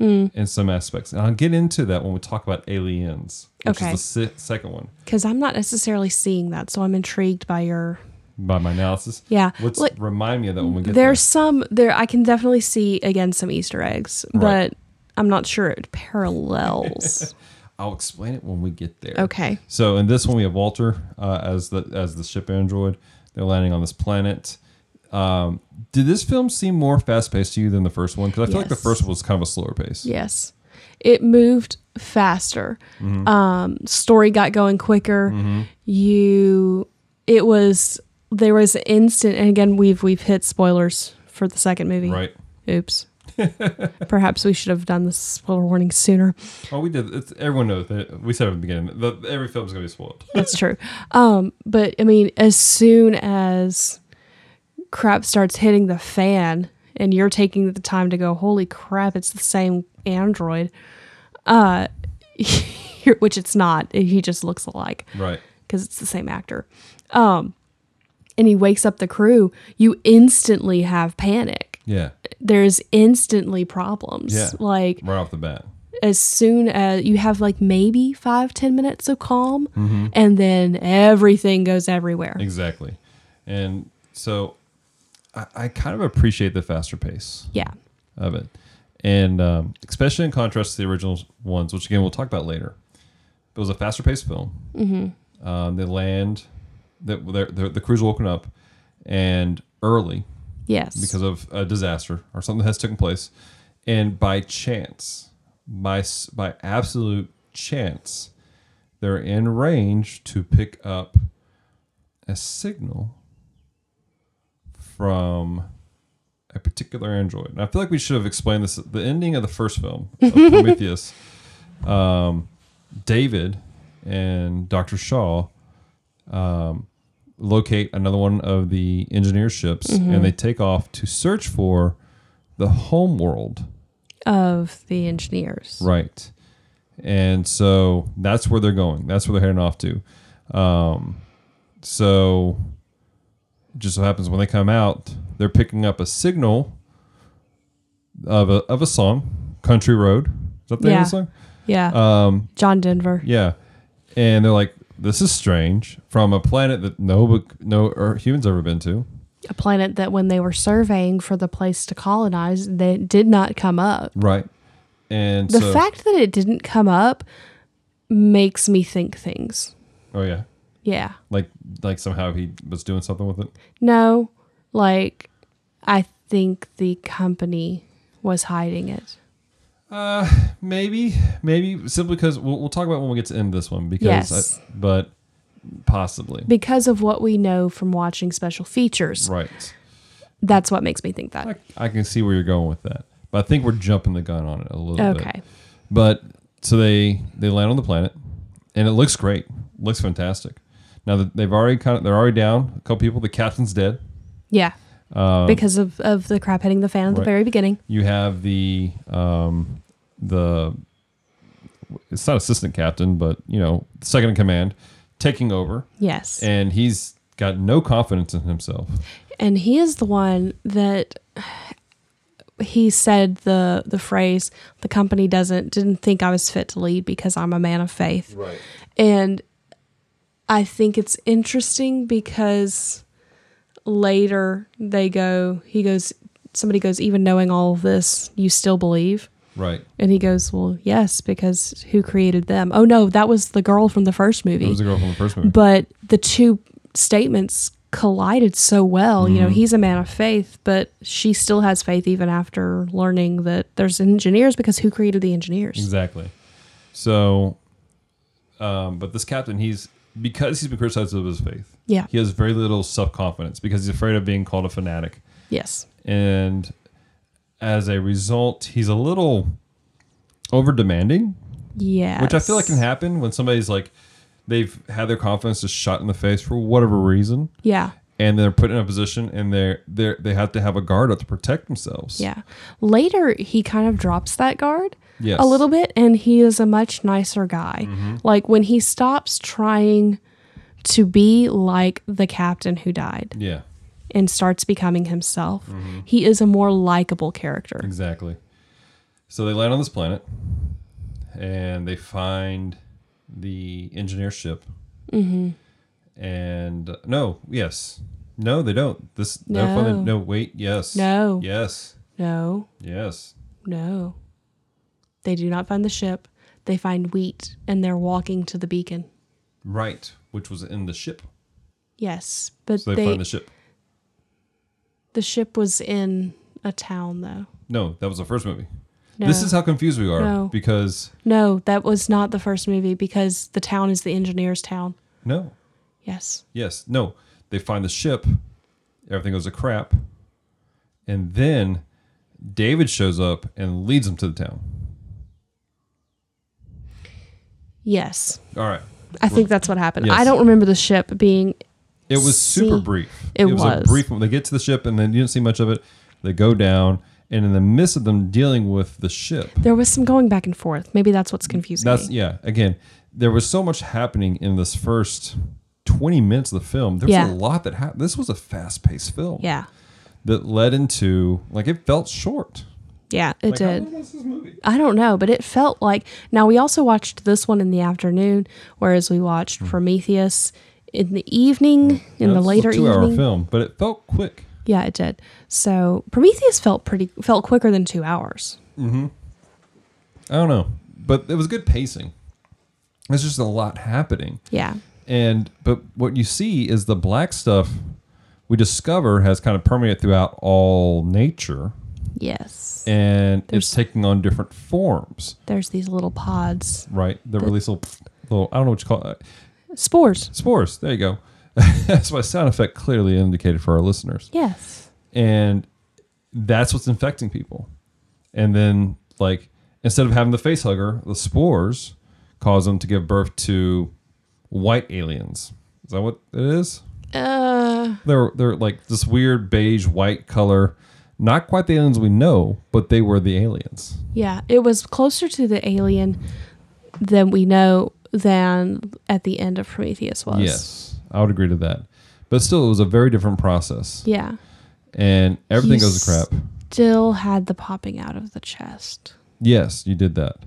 [SPEAKER 5] Mm.
[SPEAKER 6] in some aspects. And I'll get into that when we talk about Aliens, which
[SPEAKER 5] Okay.
[SPEAKER 6] is the si- second one
[SPEAKER 5] Because I'm not necessarily seeing that. So I'm intrigued by your.
[SPEAKER 6] by my analysis.
[SPEAKER 5] Yeah.
[SPEAKER 6] Let's
[SPEAKER 5] Like,
[SPEAKER 6] remind me of that when we get
[SPEAKER 5] There's some there. I can definitely see again some Easter eggs,
[SPEAKER 6] Right.
[SPEAKER 5] but I'm not sure it parallels.
[SPEAKER 6] there. I'll explain it when we get there.
[SPEAKER 5] okay.
[SPEAKER 6] So in this one, we have Walter uh, as the as the ship android. They're landing on this planet. Um, did this film seem more fast paced to you than the first one? Because I feel like the
[SPEAKER 5] Yes.
[SPEAKER 6] first one was kind of a slower pace.
[SPEAKER 5] Yes. it moved faster. Um, story got going quicker. You, it was there was instant. And again, we've we've hit spoilers for the second movie.
[SPEAKER 6] Right.
[SPEAKER 5] Oops. Perhaps we should have done the spoiler warning sooner.
[SPEAKER 6] Oh, we did. It's, everyone knows that. We said it at the beginning. The, every film's going to be spoiled.
[SPEAKER 5] That's true. Um, but I mean, as soon as crap starts hitting the fan and you're taking the time to go, holy crap, it's the same android, uh, you're- which it's not. He just looks alike
[SPEAKER 6] right.
[SPEAKER 5] because it's the same actor. Um, and he wakes up the crew, you instantly have panic.
[SPEAKER 6] Yeah.
[SPEAKER 5] There's instantly problems.
[SPEAKER 6] Yeah.
[SPEAKER 5] Like,
[SPEAKER 6] Right off the bat.
[SPEAKER 5] as soon as you have like maybe five ten minutes of calm
[SPEAKER 6] Mm-hmm.
[SPEAKER 5] and then everything goes everywhere
[SPEAKER 6] Exactly. And so I, I kind of appreciate the faster pace
[SPEAKER 5] yeah
[SPEAKER 6] of it. And um, especially in contrast to the original ones, which again, we'll talk about later. It was a faster paced film. Mm-hmm. Um, they land, the, the, the, the crew's woken up and early
[SPEAKER 5] yes
[SPEAKER 6] because of a disaster or something that has taken place, and by chance, by s- by absolute chance, they're in range to pick up a signal from a particular android. And I feel like we should have explained this. The ending of the first film, of Prometheus, um, David and Doctor Shaw locate another one of the engineer ships
[SPEAKER 5] Mm-hmm.
[SPEAKER 6] and they take off to search for the home world.
[SPEAKER 5] of the engineers
[SPEAKER 6] Right. And so that's where they're going. That's where they're heading off to. Um, so just so happens when they come out, they're picking up a signal of a, of a song, Country Road. Is that the name of the
[SPEAKER 5] Yeah.
[SPEAKER 6] song?
[SPEAKER 5] yeah
[SPEAKER 6] Um,
[SPEAKER 5] john denver
[SPEAKER 6] yeah, and they're like, "This is strange from a planet that no no er, humans ever been to."
[SPEAKER 5] a planet that when they were surveying for the place to colonize they did not come up
[SPEAKER 6] Right. And
[SPEAKER 5] the
[SPEAKER 6] so,
[SPEAKER 5] fact that it didn't come up makes me think things
[SPEAKER 6] oh yeah,
[SPEAKER 5] yeah
[SPEAKER 6] like like somehow he was doing something with it.
[SPEAKER 5] no like i think the company was hiding it
[SPEAKER 6] Maybe, maybe simply because we'll, we'll talk about when we get to end this one because,
[SPEAKER 5] Yes.
[SPEAKER 6] I, but possibly
[SPEAKER 5] because of what we know from watching special features.
[SPEAKER 6] right.
[SPEAKER 5] That's what makes me think that.
[SPEAKER 6] I, I can see where you're going with that, but I think we're jumping the gun on it a little bit.
[SPEAKER 5] Okay.
[SPEAKER 6] But so they they land on the planet, and it looks great. Looks fantastic. Now that they've already kind of they're already down a couple people. The captain's dead.
[SPEAKER 5] Yeah. because of, of the crap hitting the fan at
[SPEAKER 6] Um,
[SPEAKER 5] the
[SPEAKER 6] right.
[SPEAKER 5] very beginning.
[SPEAKER 6] You have the um, the it's not assistant captain, but you know second in command taking over,
[SPEAKER 5] Yes. And,
[SPEAKER 6] and he's got no confidence in himself.
[SPEAKER 5] he is the one that he said the the phrase the company doesn't didn't think I was fit to lead because I'm a man of faith.
[SPEAKER 6] Right.
[SPEAKER 5] And I think it's interesting because later they go he goes somebody goes even knowing all of this you still believe
[SPEAKER 6] Right.
[SPEAKER 5] And he goes, Well, yes, because who created them? Oh, no, that was the girl from the first
[SPEAKER 6] It
[SPEAKER 5] movie.
[SPEAKER 6] was a girl from the first movie.
[SPEAKER 5] but the two statements collided so well. You
[SPEAKER 6] Mm-hmm.
[SPEAKER 5] know, he's a man of faith, but she still has faith even after learning that there's engineers because who created the engineers?
[SPEAKER 6] Exactly. So, um, but this captain, he's because he's been criticized of his faith.
[SPEAKER 5] Yeah.
[SPEAKER 6] He has very little self confidence because he's afraid of being called a fanatic,
[SPEAKER 5] Yes.
[SPEAKER 6] and as a result, he's a little over demanding,
[SPEAKER 5] Yeah.
[SPEAKER 6] which I feel like can happen when somebody's like they've had their confidence just shot in the face for whatever reason.
[SPEAKER 5] Yeah.
[SPEAKER 6] And they're put in a position, and they're they are they have to have a guard up to protect themselves.
[SPEAKER 5] Yeah. Later, he kind of drops that guard
[SPEAKER 6] Yes. Mm-hmm.
[SPEAKER 5] a little bit, and he is a much nicer guy. Like when he stops trying to be like the captain who died
[SPEAKER 6] Yeah.
[SPEAKER 5] and starts becoming himself,
[SPEAKER 6] Mm-hmm.
[SPEAKER 5] he is a more likable character.
[SPEAKER 6] Exactly. So they land on this planet and they find the engineer ship. Mm-hmm. And uh, no, yes. No, they don't. This no.
[SPEAKER 5] No.
[SPEAKER 6] find- no, wait, yes.
[SPEAKER 5] No.
[SPEAKER 6] Yes.
[SPEAKER 5] No,
[SPEAKER 6] Yes.
[SPEAKER 5] no. They do not find the ship, they find wheat, and they're walking to the beacon.
[SPEAKER 6] Right, which was in the ship.
[SPEAKER 5] Yes, but
[SPEAKER 6] So they,
[SPEAKER 5] they,
[SPEAKER 6] find the ship.
[SPEAKER 5] the ship was in a town, though.
[SPEAKER 6] No, that was the first movie. This
[SPEAKER 5] No.
[SPEAKER 6] is how confused we are
[SPEAKER 5] No.
[SPEAKER 6] because
[SPEAKER 5] No, that was not the first movie because the town is the engineer's town.
[SPEAKER 6] no,
[SPEAKER 5] Yes.
[SPEAKER 6] yes, no. They find the ship, everything goes to crap, and then David shows up and leads them to the town.
[SPEAKER 5] Yes.
[SPEAKER 6] All right.
[SPEAKER 5] I think that's what happened.
[SPEAKER 6] Yes.
[SPEAKER 5] I don't remember the ship being
[SPEAKER 6] It was super
[SPEAKER 5] See,
[SPEAKER 6] brief.
[SPEAKER 5] it
[SPEAKER 6] a
[SPEAKER 5] was.
[SPEAKER 6] brief. They get to the ship and then you don't see much of it. They go down, and in the midst of them dealing with the ship,
[SPEAKER 5] there was some going back and forth. Maybe that's what's confusing
[SPEAKER 6] that's
[SPEAKER 5] me.
[SPEAKER 6] yeah. Again, there was so much happening in this first twenty minutes of the film. There was
[SPEAKER 5] Yeah.
[SPEAKER 6] a lot that happened. This was a fast-paced film.
[SPEAKER 5] Yeah.
[SPEAKER 6] that led into like it felt short.
[SPEAKER 5] Yeah, it
[SPEAKER 6] Like,
[SPEAKER 5] did.
[SPEAKER 6] How long was this movie?
[SPEAKER 5] I don't know, but it felt like. Now we also watched this one in the afternoon, whereas we watched Prometheus in the evening, in
[SPEAKER 6] Yeah,
[SPEAKER 5] the
[SPEAKER 6] this Hmm. was a
[SPEAKER 5] later
[SPEAKER 6] two-hour
[SPEAKER 5] evening.
[SPEAKER 6] film, but it felt quick.
[SPEAKER 5] Yeah, it did. So Prometheus felt pretty felt quicker than two hours.
[SPEAKER 6] I don't know, but it was good pacing. There's just a lot happening.
[SPEAKER 5] Yeah,
[SPEAKER 6] and but what you see is the black stuff we discover has kind of permeated throughout all nature
[SPEAKER 5] yes.
[SPEAKER 6] and it's taking on different forms
[SPEAKER 5] There's these little pods,
[SPEAKER 6] right the release little, little i don't know what you call it
[SPEAKER 5] spores.
[SPEAKER 6] spores there you go that's my sound effect clearly indicated for our listeners
[SPEAKER 5] Yes.
[SPEAKER 6] and that's what's infecting people and then like instead of having the face hugger the spores cause them to give birth to white aliens is that what it is
[SPEAKER 5] Uh,
[SPEAKER 6] they're they're like this weird beige white color not quite the aliens we know but they were the aliens
[SPEAKER 5] yeah. It was closer to the alien than we know than at the end of Prometheus was.
[SPEAKER 6] yes i would agree to that but still it was a very different process
[SPEAKER 5] Yeah.
[SPEAKER 6] and everything
[SPEAKER 5] You
[SPEAKER 6] goes to crap
[SPEAKER 5] Still had the popping out of the chest.
[SPEAKER 6] yes you did that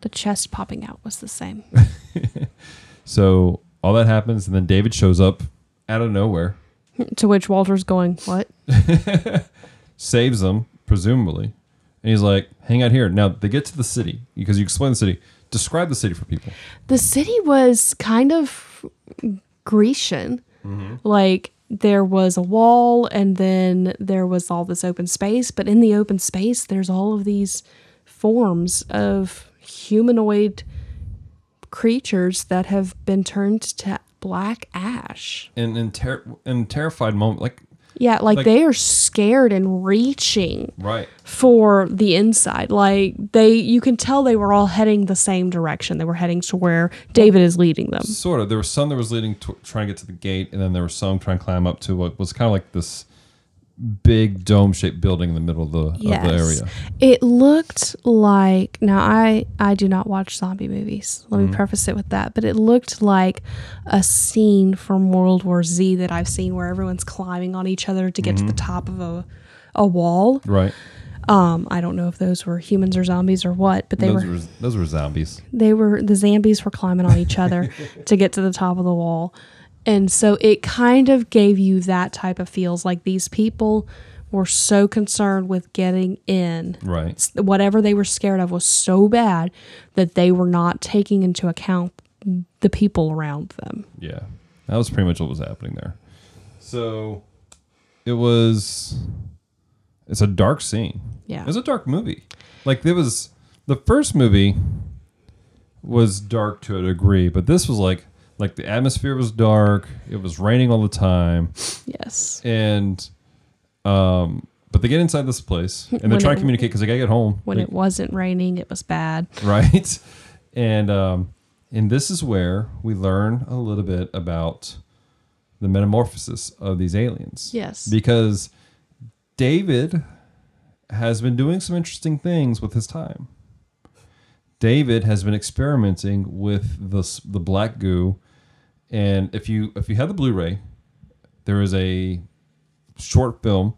[SPEAKER 5] The chest popping out was the same.
[SPEAKER 6] so all that happens and then david shows up out of nowhere
[SPEAKER 5] to which Walter's going, "What?
[SPEAKER 6] saves them presumably and he's like hang out here now they get to the city because you explain the city describe the city for people
[SPEAKER 5] the city was kind of Grecian. Like there was a wall and then there was all this open space, but in the open space there's all of these forms of humanoid creatures that have been turned to black ash.
[SPEAKER 6] and in, ter- in terrified moment like
[SPEAKER 5] Yeah, like,
[SPEAKER 6] Like-
[SPEAKER 5] they are scared and reaching
[SPEAKER 6] right
[SPEAKER 5] for the inside. Like they you can tell they were all heading the same direction. They were heading to where David is leading them.
[SPEAKER 6] Sort of. There was some that was leading to trying to get to the gate, and then there were some trying to climb up to what was kind of like this big dome shaped building in the middle of the, of the area.
[SPEAKER 5] It looked like now I I do not watch zombie movies. Let me preface it with that, but it looked like a scene from World War Z that I've seen where everyone's climbing on each other to get to the top of a a wall.
[SPEAKER 6] Right.
[SPEAKER 5] Um, I don't know if those were humans or zombies or what, but they
[SPEAKER 6] those
[SPEAKER 5] were
[SPEAKER 6] were, those were zombies.
[SPEAKER 5] they were the zombies were climbing on each other to get to the top of the wall and so it kind of gave you that type of feels like these people were so concerned with getting in
[SPEAKER 6] Right.
[SPEAKER 5] S- whatever they were scared of was so bad that they were not taking into account the people around them
[SPEAKER 6] Yeah. That was pretty much what was happening there. So it was. It's a dark scene.
[SPEAKER 5] Yeah.
[SPEAKER 6] It was a dark movie. Like there was the first movie was dark to a degree, but this was like like the atmosphere was dark. It was raining all the time.
[SPEAKER 5] yes
[SPEAKER 6] and um but they get inside this place and they're
[SPEAKER 5] When
[SPEAKER 6] trying
[SPEAKER 5] it-
[SPEAKER 6] to communicate because they gotta get home
[SPEAKER 5] when it wasn't raining it was bad
[SPEAKER 6] right and um and this is where we learn a little bit about the metamorphosis of these aliens
[SPEAKER 5] Yes.
[SPEAKER 6] because david has been doing some interesting things with his time david has been experimenting with the s- the black goo and if you if you have the blu-ray there is a short film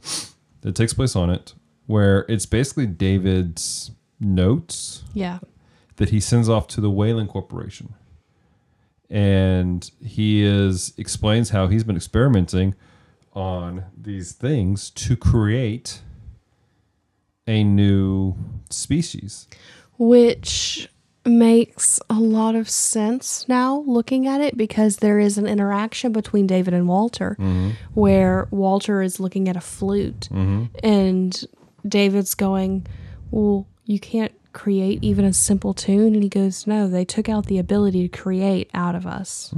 [SPEAKER 6] that takes place on it where it's basically david's notes
[SPEAKER 5] yeah
[SPEAKER 6] that he sends off to the Whalen Corporation. And he is explains how he's been experimenting on these things to create a new species.
[SPEAKER 5] which makes a lot of sense now looking at it because there is an interaction between David and Walter where Walter is looking at a flute and David's going, Well, you can't create even a simple tune. And he goes, no, they took out the ability to create out of us.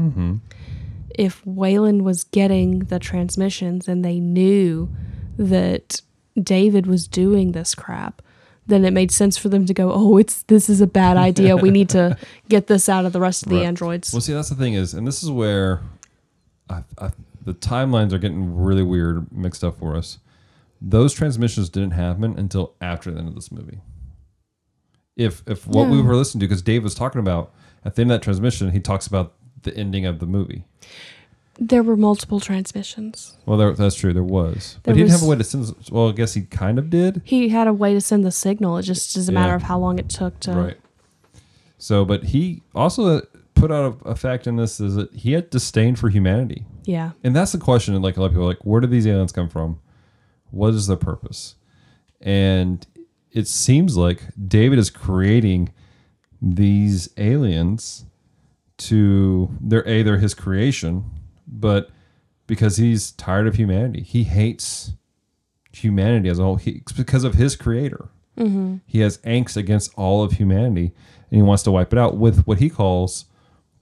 [SPEAKER 5] If Waylon was getting the transmissions and they knew that David was doing this crap, then it made sense for them to go, oh, it's this is a bad idea. We need to get this out of the rest of the
[SPEAKER 6] Right.
[SPEAKER 5] androids.
[SPEAKER 6] Well, see, that's the thing is, and this is where I, I, the timelines are getting really weird, mixed up for us. Those transmissions didn't happen until after the end of this movie. If if what we were listening to, because Dave was talking about at the end of that transmission, he talks about the ending of the movie.
[SPEAKER 5] There were multiple transmissions.
[SPEAKER 6] Well, there, that's true. There was, but
[SPEAKER 5] There
[SPEAKER 6] he didn't
[SPEAKER 5] was-
[SPEAKER 6] have a way to send. Well, I guess he kind of did.
[SPEAKER 5] He had a way to send the signal. It just is a matter
[SPEAKER 6] Yeah.
[SPEAKER 5] of how long it took to.
[SPEAKER 6] Right. So, but he also put out a, a fact in this is that he had disdain for humanity.
[SPEAKER 5] Yeah.
[SPEAKER 6] And that's the question. Like a lot of people, are like, where do these aliens come from? What is their purpose? And it seems like David is creating these aliens to they're a they're his creation, but because he's tired of humanity, he hates humanity as a whole. He, it's because of his creator, he has angst against all of humanity, and he wants to wipe it out with what he calls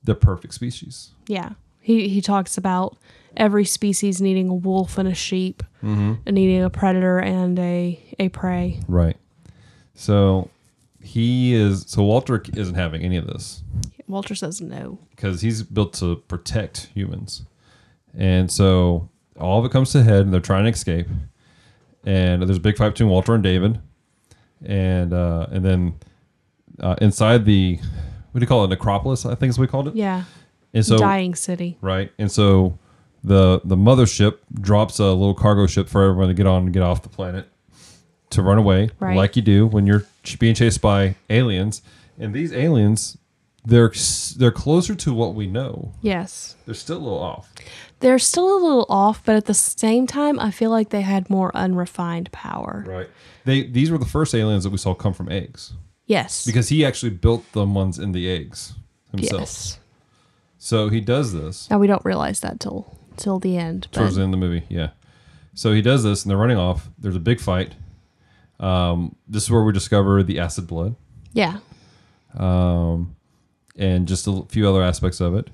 [SPEAKER 6] the perfect species.
[SPEAKER 5] Yeah. He he talks about every species needing a wolf and a sheep,
[SPEAKER 6] Mm-hmm.
[SPEAKER 5] and needing a predator and a a prey.
[SPEAKER 6] Right. So he is. So Walter isn't having any of this
[SPEAKER 5] Walter says no.
[SPEAKER 6] because he's built to protect humans, and so all of it comes to head, and they're trying to escape, and there's a big fight between Walter and David, and uh, and then uh, inside the what do you call it? Necropolis, I think is what we called it.
[SPEAKER 5] Yeah.
[SPEAKER 6] And so
[SPEAKER 5] Dying city.
[SPEAKER 6] right? And so the the mothership drops a little cargo ship for everyone to get on and get off the planet to run away,
[SPEAKER 5] Right.
[SPEAKER 6] like you do when you're ch- being chased by aliens. And these aliens, they're s- they're closer to what we know.
[SPEAKER 5] Yes.
[SPEAKER 6] They're still a little off.
[SPEAKER 5] They're still a little off, but at the same time, I feel like they had more unrefined power.
[SPEAKER 6] Right. They these were the first aliens that we saw come from eggs
[SPEAKER 5] Yes.
[SPEAKER 6] because he actually built the ones in the eggs himself.
[SPEAKER 5] yes.
[SPEAKER 6] So he does this.
[SPEAKER 5] Now we don't realize that till till the end. But
[SPEAKER 6] towards the end of the movie. Yeah. So he does this, and they're running off. There's a big fight. Um, this is where we discover the acid blood
[SPEAKER 5] yeah,
[SPEAKER 6] and just a few other aspects of it.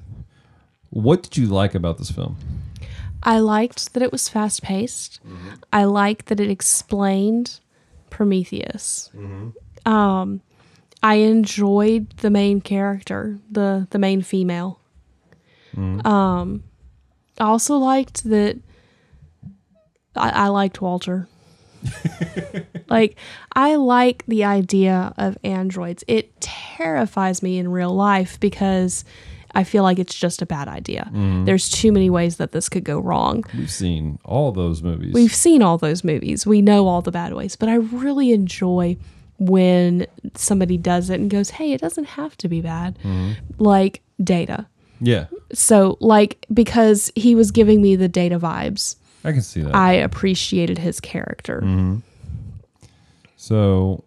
[SPEAKER 6] What did you like about this film?
[SPEAKER 5] I liked that it was fast paced. I liked that it explained Prometheus. Um, I enjoyed the main character, the the main female. Um, I also liked that. I, I liked Walter. like I like the idea of androids. It terrifies me in real life because I feel like it's just a bad idea. There's too many ways that this could go wrong.
[SPEAKER 6] We've seen all those movies.
[SPEAKER 5] We've seen all those movies. We know all the bad ways, but I really enjoy when somebody does it and goes, "Hey, it doesn't have to be bad."
[SPEAKER 6] Mm-hmm.
[SPEAKER 5] Like Data.
[SPEAKER 6] yeah,
[SPEAKER 5] So, like because he was giving me the Data vibes,
[SPEAKER 6] I can see that.
[SPEAKER 5] I appreciated his character.
[SPEAKER 6] Mm-hmm. so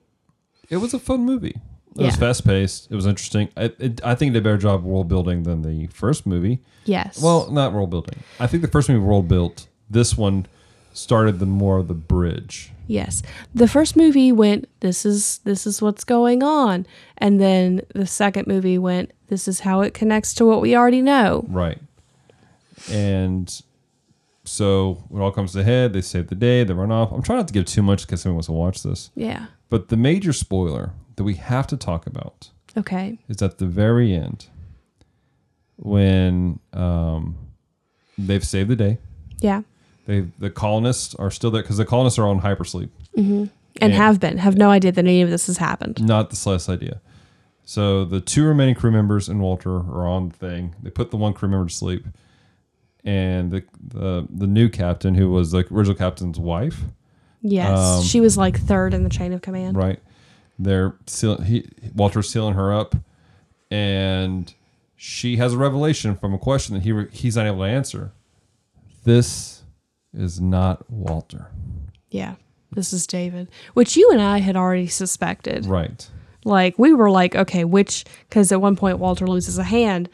[SPEAKER 6] it was a fun movie. It was
[SPEAKER 5] Yeah.
[SPEAKER 6] fast paced. It was interesting. I, it, I think it did a better job of world building than the first movie.
[SPEAKER 5] Yes.
[SPEAKER 6] Well, not world building. I think the first movie world built. This one started the more of the bridge.
[SPEAKER 5] Yes. The first movie went this is this is what's going on and then the second movie went this is how it connects to what we already know.
[SPEAKER 6] Right. And so it all comes to head. They save the day. They run off. I'm trying not to give too much because someone wants to watch this.
[SPEAKER 5] Yeah.
[SPEAKER 6] But the major spoiler that we have to talk about
[SPEAKER 5] Okay.
[SPEAKER 6] is at the very end when um, they've saved the day.
[SPEAKER 5] Yeah.
[SPEAKER 6] They the colonists are still there because the colonists are on hypersleep.
[SPEAKER 5] And
[SPEAKER 6] Yeah.
[SPEAKER 5] have been have no idea that any of this has happened.
[SPEAKER 6] Not the slightest idea. So the two remaining crew members and Walter are on the thing. They put the one crew member to sleep, and the the, the new captain, who was the original captain's wife,
[SPEAKER 5] Yes.
[SPEAKER 6] Um,
[SPEAKER 5] she was like third in the chain of command.
[SPEAKER 6] right? They're seal, he Walter's sealing her up, and she has a revelation from a question that he re- he's not able to answer. This is not Walter,
[SPEAKER 5] Yeah. This is David, which you and I had already suspected.
[SPEAKER 6] right?
[SPEAKER 5] Like we were like, okay, which cuz at one point Walter loses a hand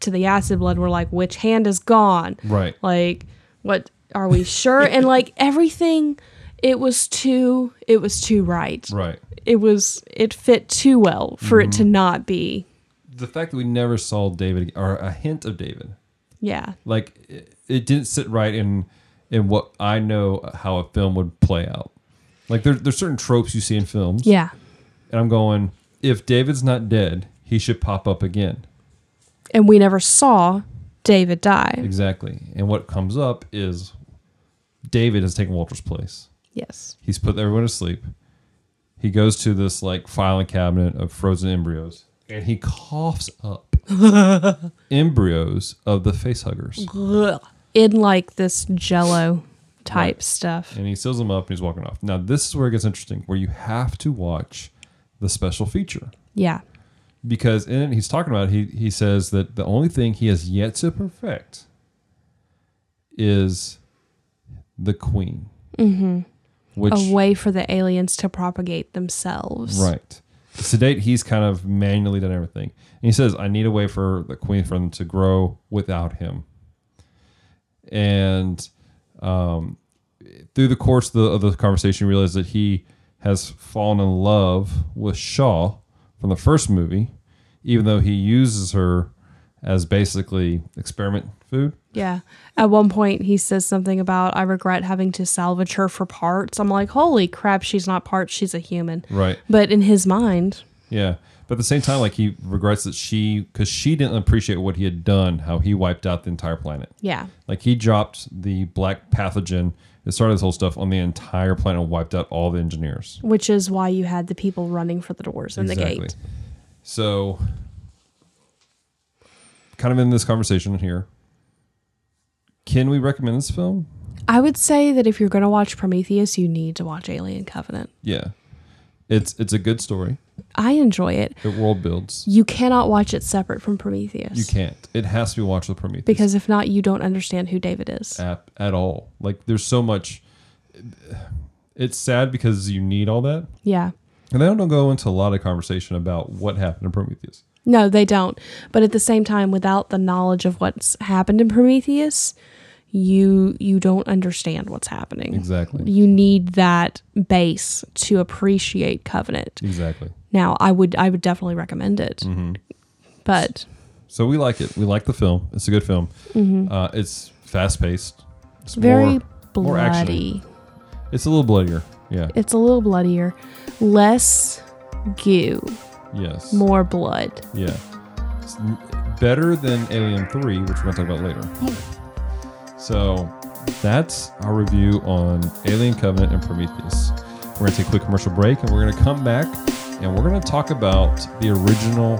[SPEAKER 5] to the acid blood, we're like which hand is gone?
[SPEAKER 6] Right.
[SPEAKER 5] like what are we sure and like everything it was too it was too right
[SPEAKER 6] Right. Mm-hmm.
[SPEAKER 5] it was it fit too well for it to not be.
[SPEAKER 6] The fact that we never saw David or a hint of David,
[SPEAKER 5] Yeah.
[SPEAKER 6] like it, it didn't sit right in in what I know how a film would play out. Like there, there's certain tropes you see in films,
[SPEAKER 5] Yeah.
[SPEAKER 6] and I'm going if David's not dead, he should pop up again.
[SPEAKER 5] And we never saw David die.
[SPEAKER 6] Exactly. And what comes up is David has taken Walter's place.
[SPEAKER 5] Yes.
[SPEAKER 6] He's put everyone to sleep. He goes to this like filing cabinet of frozen embryos and he coughs up embryos of the face huggers.
[SPEAKER 5] In like this jello type stuff.
[SPEAKER 6] And he seals them up and he's walking off. Now, this is where it gets interesting, where you have to watch the special feature.
[SPEAKER 5] Yeah.
[SPEAKER 6] because in it he's talking about it, he he says that the only thing he has yet to perfect is the queen, mm-hmm. which
[SPEAKER 5] A way for the aliens to propagate themselves.
[SPEAKER 6] right. To date, he's kind of manually done everything. And he says, "I need a way for the queen for them to grow without him." And um, through the course of the, of the conversation, you realize that he has fallen in love with Shaw from the first movie, even though he uses her as basically experiment food.
[SPEAKER 5] Yeah. At one point, he says something about, I regret having to salvage her for parts. I'm like, holy crap, she's not parts, she's a human.
[SPEAKER 6] Right.
[SPEAKER 5] But in his mind,
[SPEAKER 6] Yeah. But at the same time, like he regrets that she, because she didn't appreciate what he had done, how he wiped out the entire planet.
[SPEAKER 5] yeah.
[SPEAKER 6] Like he dropped the black pathogen that started this whole stuff on the entire planet, and wiped out all the engineers.
[SPEAKER 5] Which is why you had the people running for the doors and the gate.
[SPEAKER 6] So, kind of in this conversation here, can we recommend this film?
[SPEAKER 5] I would say that if you're going to watch Prometheus, you need to watch Alien Covenant.
[SPEAKER 6] Yeah, it's it's a good story.
[SPEAKER 5] I enjoy it.
[SPEAKER 6] It world builds.
[SPEAKER 5] You cannot watch it separate from Prometheus.
[SPEAKER 6] You can't. It has to be watched with Prometheus
[SPEAKER 5] Because if not, you don't understand who David is.
[SPEAKER 6] at, at all. Like there's so much. It's sad because you need all that,
[SPEAKER 5] yeah.
[SPEAKER 6] and they don't go into a lot of conversation about what happened in Prometheus.
[SPEAKER 5] No, they don't. But at the same time, without the knowledge of what's happened in Prometheus, you you don't understand what's happening.
[SPEAKER 6] Exactly.
[SPEAKER 5] You need that base to appreciate Covenant.
[SPEAKER 6] Exactly.
[SPEAKER 5] Now, I would I would definitely recommend it.
[SPEAKER 6] Mm-hmm.
[SPEAKER 5] But
[SPEAKER 6] So we like it. We like the film. It's a good film. Uh, it's fast paced. It's
[SPEAKER 5] Mm-hmm. very
[SPEAKER 6] more, more action.
[SPEAKER 5] bloody.
[SPEAKER 6] It's a little bloodier. Yeah.
[SPEAKER 5] It's a little bloodier. Less goo,
[SPEAKER 6] yes.
[SPEAKER 5] more blood.
[SPEAKER 6] Yeah. It's n- better than Alien 3, which we're going to talk about later. So that's our review on Alien Covenant and Prometheus. We're going to take a quick commercial break and we're going to come back and we're going to talk about the original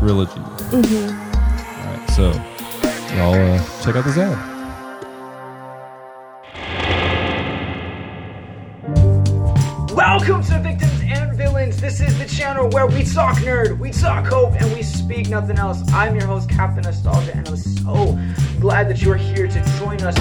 [SPEAKER 6] trilogy.
[SPEAKER 5] Mm-hmm.
[SPEAKER 6] All right. So y'all uh, check out this ad.
[SPEAKER 7] Welcome to Victims and Villains. This is the channel where we talk nerd, we talk hope, and we speak nothing else. I'm your host, Captain Nostalgia, and I'm so glad that you're here to join us.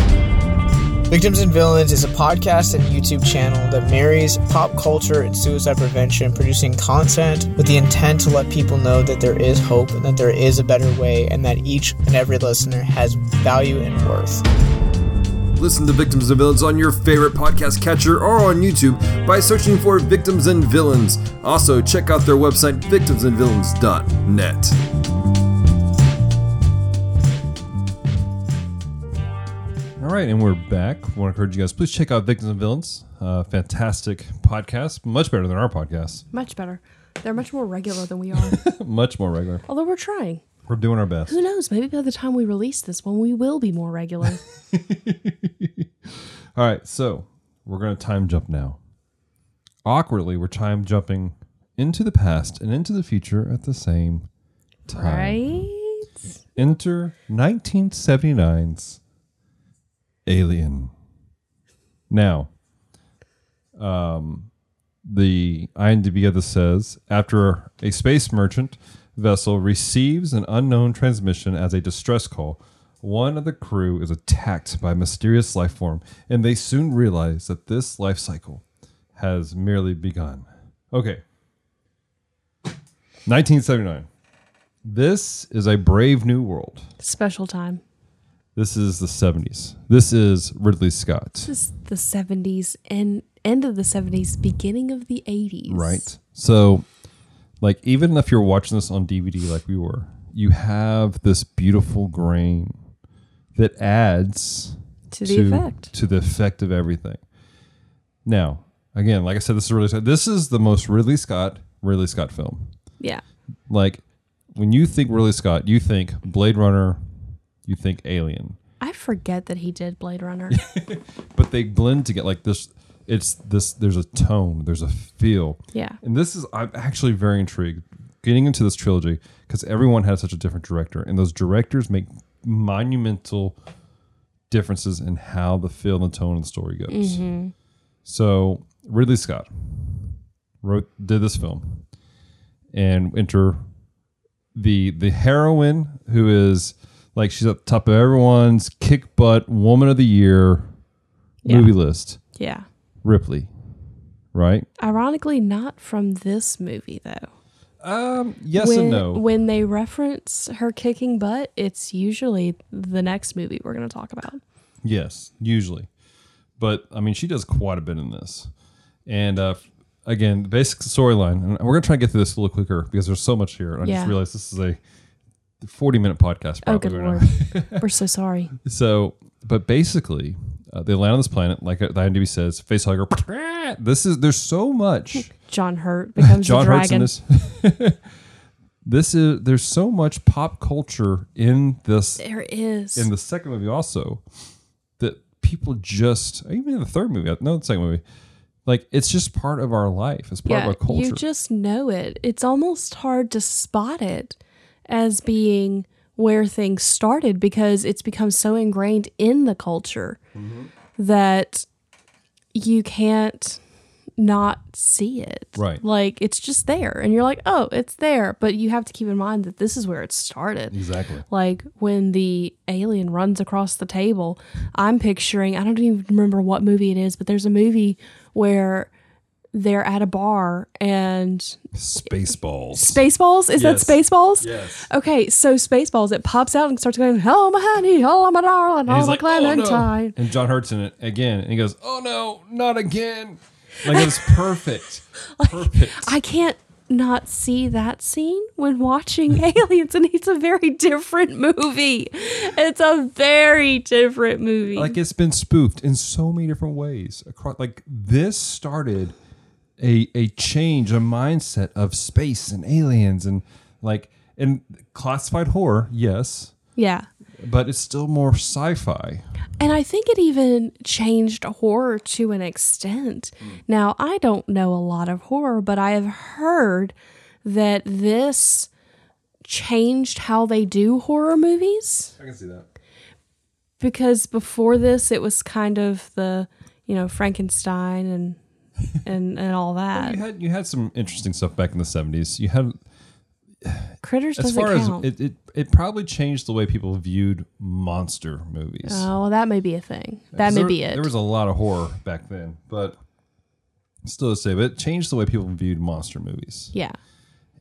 [SPEAKER 8] Victims and Villains is a podcast and YouTube channel that marries pop culture and suicide prevention, producing content with the intent to let people know that there is hope and that there is a better way, and that each and every listener has value and worth.
[SPEAKER 1] Listen to Victims and Villains on your favorite podcast catcher or on YouTube by searching for Victims and Villains. Also, check out their website, victimsandvillains.net.
[SPEAKER 6] All right, and we're back. I want to encourage you guys, please check out Victims and Villains. Uh, fantastic podcast, much better than our podcast,
[SPEAKER 5] Much better. They're much more regular than we are.
[SPEAKER 6] much more regular.
[SPEAKER 5] Although we're trying.
[SPEAKER 6] We're doing our best.
[SPEAKER 5] Who knows? Maybe by the time we release this one, we will be more regular.
[SPEAKER 6] All right, so we're going to time jump now. Awkwardly, we're time jumping into the past and into the future at the same time.
[SPEAKER 5] right?
[SPEAKER 6] Enter 1979's Alien. Now, um, the IMDb of this says after a space merchant vessel receives an unknown transmission as a distress call, one of the crew is attacked by a mysterious life form, and they soon realize that this life cycle has merely begun. Okay. 1979. This is a brave new world
[SPEAKER 5] Special time.
[SPEAKER 6] This is the 70s. This is Ridley Scott,
[SPEAKER 5] This is the 70s and end of the 70s, beginning of the 80s.
[SPEAKER 6] right? So, like, even if you're watching this on DVD, like we were, you have this beautiful grain that adds
[SPEAKER 5] To the effect.
[SPEAKER 6] to the effect of everything. Now, again, like I said, this is Ridley Scott. This is the most Ridley Scott Ridley Scott film.
[SPEAKER 5] Yeah.
[SPEAKER 6] Like when you think Ridley Scott, you think Blade Runner, you think Alien,
[SPEAKER 5] I forget that he did Blade Runner.
[SPEAKER 6] but they blend together. Like this, it's this. There's a tone. There's a feel.
[SPEAKER 5] Yeah.
[SPEAKER 6] And this is I'm actually very intrigued getting into this trilogy because everyone had such a different director, and those directors make monumental differences in how the feel and the tone of the story goes.
[SPEAKER 5] Mm-hmm.
[SPEAKER 6] So Ridley Scott wrote did this film and enter the the heroine who is like she's at the top of everyone's kick butt woman of the year
[SPEAKER 5] Yeah.
[SPEAKER 6] movie list
[SPEAKER 5] yeah.
[SPEAKER 6] Ripley right
[SPEAKER 5] Ironically, not from this movie, though.
[SPEAKER 6] um yes
[SPEAKER 5] when,
[SPEAKER 6] and no
[SPEAKER 5] when they reference her kicking butt, it's usually the next movie we're going to talk about.
[SPEAKER 6] Yes, usually. But I mean, she does quite a bit in this. And uh, f- again, the basic storyline, and we're gonna try and get through this a little quicker because there's so much here. And I
[SPEAKER 5] Yeah.
[SPEAKER 6] just realized this is a 40 minute podcast.
[SPEAKER 5] Oh,
[SPEAKER 6] Probably
[SPEAKER 5] good
[SPEAKER 6] right
[SPEAKER 5] lord.
[SPEAKER 6] now.
[SPEAKER 5] we're so sorry.
[SPEAKER 6] So, but basically, uh, they land on this planet, like uh, the IMDb says, facehugger. This is there's so much.
[SPEAKER 5] John Hurt becomes
[SPEAKER 6] John
[SPEAKER 5] the
[SPEAKER 6] Hurt's in
[SPEAKER 5] dragon.
[SPEAKER 6] this. this is there's so much pop culture in this
[SPEAKER 5] There is.
[SPEAKER 6] in the second movie also that people just even in the third movie no the second movie like it's just part of our life it's part of our culture
[SPEAKER 5] You just know it. It's almost hard to spot it as being where things started because it's become so ingrained in the culture
[SPEAKER 6] Mm-hmm.
[SPEAKER 5] that you can't not see it.
[SPEAKER 6] Right.
[SPEAKER 5] Like it's just there and you're like, "Oh, it's there." But you have to keep in mind that this is where it started.
[SPEAKER 6] exactly
[SPEAKER 5] Like when the alien runs across the table, I'm picturing, I don't even remember what movie it is, but there's a movie where they're at a bar and
[SPEAKER 6] spaceballs
[SPEAKER 5] Spaceballs? Is
[SPEAKER 6] Yes.
[SPEAKER 5] that Spaceballs?
[SPEAKER 6] yes
[SPEAKER 5] Okay, so Spaceballs, it pops out and starts going, Oh my honey, oh my darling,
[SPEAKER 6] and
[SPEAKER 5] oh
[SPEAKER 6] he's
[SPEAKER 5] my
[SPEAKER 6] like oh no
[SPEAKER 5] Clementine.
[SPEAKER 6] and john hurt's in it again and he goes oh no not again like it's perfect perfect
[SPEAKER 5] I can't not see that scene when watching Aliens, and it's a very different movie. It's a very different movie.
[SPEAKER 6] like it's been spoofed in so many different ways across like this started a a change a mindset of space and aliens and like and classified horror yes
[SPEAKER 5] yeah.
[SPEAKER 6] but it's still more sci-fi
[SPEAKER 5] And I think it even changed horror to an extent.
[SPEAKER 6] Hmm.
[SPEAKER 5] Now, I don't know a lot of horror, but I have heard that this changed how they do horror movies
[SPEAKER 6] i can see that
[SPEAKER 5] because before this it was kind of the, you know, Frankenstein and and and all that.
[SPEAKER 6] you had you had some interesting stuff back in the 70s you had
[SPEAKER 5] Critters
[SPEAKER 6] as
[SPEAKER 5] doesn't
[SPEAKER 6] far as
[SPEAKER 5] count.
[SPEAKER 6] it, it it probably changed the way people viewed monster movies
[SPEAKER 5] oh, well, that may be a thing. That may
[SPEAKER 6] there,
[SPEAKER 5] be it.
[SPEAKER 6] There was a lot of horror back then, but still to say, but it changed the way people viewed monster movies
[SPEAKER 5] yeah.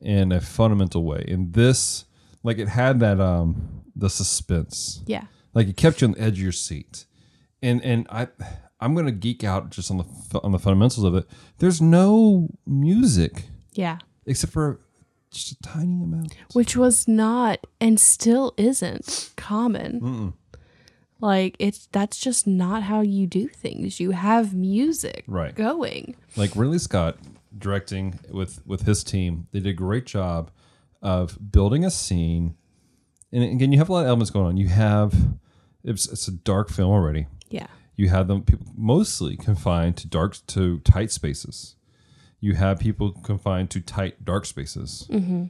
[SPEAKER 6] in a fundamental way. And this, like, it had that um the suspense,
[SPEAKER 5] Yeah.
[SPEAKER 6] like it kept you on the edge of your seat. And and I, I'm gonna geek out just on the fu- on the fundamentals of it. There's no music
[SPEAKER 5] Yeah.
[SPEAKER 6] except for just a tiny amount.
[SPEAKER 5] which was not and still isn't common. Like it's that's just not how you do things. You have music
[SPEAKER 6] Right.
[SPEAKER 5] going.
[SPEAKER 6] like Ridley Scott directing with with his team, they did a great job of building a scene. And again, you have a lot of elements going on. You have it's, it's a dark film already.
[SPEAKER 5] Yeah.
[SPEAKER 6] You have them people mostly confined to dark to tight spaces. You have people confined to tight dark spaces.
[SPEAKER 5] Mm-hmm.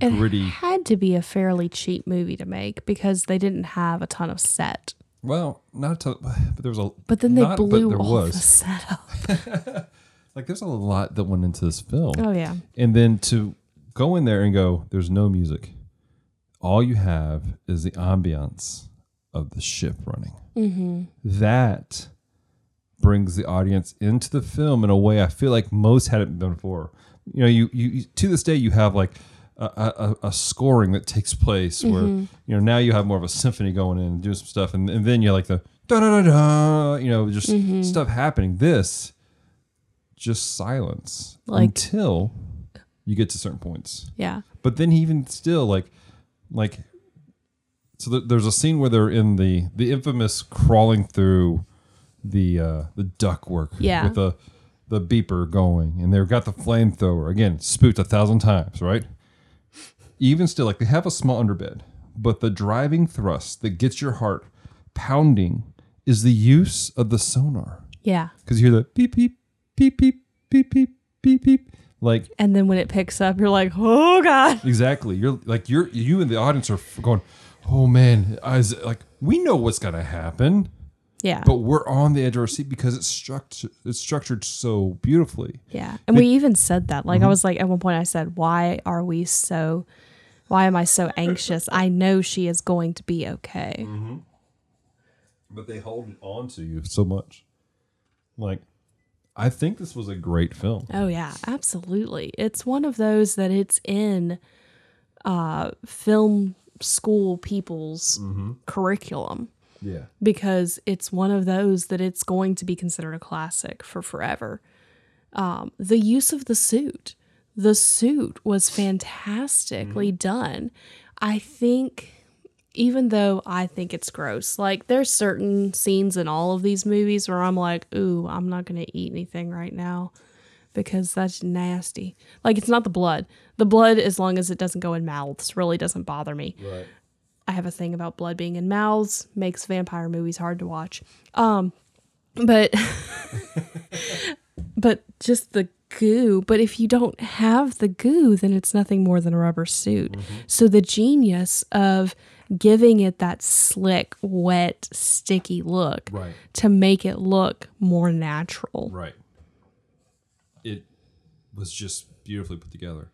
[SPEAKER 5] It
[SPEAKER 6] Gritty.
[SPEAKER 5] had to be a fairly cheap movie to make because they didn't have a ton of set.
[SPEAKER 6] Well, not to, but there was a
[SPEAKER 5] But then they
[SPEAKER 6] not- but
[SPEAKER 5] blew
[SPEAKER 6] there
[SPEAKER 5] all
[SPEAKER 6] was.
[SPEAKER 5] the set up.
[SPEAKER 6] like there's a lot that went into this film.
[SPEAKER 5] Oh yeah.
[SPEAKER 6] And then to go in there and go, there's no music. All you have is the ambiance of the ship running. That brings the audience into the film in a way I feel like most hadn't done before. You know, you, you to this day you have like a, a, a scoring that takes place where you know now you have more of a symphony going in and doing some stuff, and, and then you're like the da da da da, you know, just stuff happening. This just silence
[SPEAKER 5] Like-
[SPEAKER 6] until you get to certain points.
[SPEAKER 5] Yeah.
[SPEAKER 6] But then he even still like like so there- there's a scene where they're in the the infamous crawling through the uh the ductwork
[SPEAKER 5] Yeah.
[SPEAKER 6] with the the beeper going and they've got the flamethrower again spooked a thousand times right even still like they have a small underbed but the driving thrust that gets your heart pounding is the use of the sonar
[SPEAKER 5] Yeah.
[SPEAKER 6] because you hear the beep beep beep beep beep beep beep beep like
[SPEAKER 5] And then when it picks up, you're like, oh God.
[SPEAKER 6] Exactly. You're like you're you and the audience are f- going, oh man, is it- like we know what's gonna happen,
[SPEAKER 5] Yeah.
[SPEAKER 6] but we're on the edge of our seat because it's structured it's structured so beautifully.
[SPEAKER 5] yeah. And we even said that. Like I was like, at one point I said, why are we so, why am I so anxious? I know she is going to be okay.
[SPEAKER 6] But they hold on to you so much. Like, I think this was a great film.
[SPEAKER 5] Oh yeah, absolutely. It's one of those that it's in uh film school people's curriculum
[SPEAKER 6] Yeah.
[SPEAKER 5] because it's one of those that it's going to be considered a classic for forever. Um, the use of the suit, the suit was fantastically done. I think, even though I think it's gross, like there's certain scenes in all of these movies where I'm like, ooh, I'm not gonna eat anything right now because that's nasty. Like it's not the blood. The blood, as long as it doesn't go in mouths, really doesn't bother me. I have a thing about blood being in mouths, makes vampire movies hard to watch. Um, but but just the goo. But if you don't have the goo, then it's nothing more than a rubber suit.
[SPEAKER 6] Mm-hmm.
[SPEAKER 5] So the genius of giving it that slick, wet, sticky look
[SPEAKER 6] Right.
[SPEAKER 5] to make it look more natural.
[SPEAKER 6] Right. It was just beautifully put together.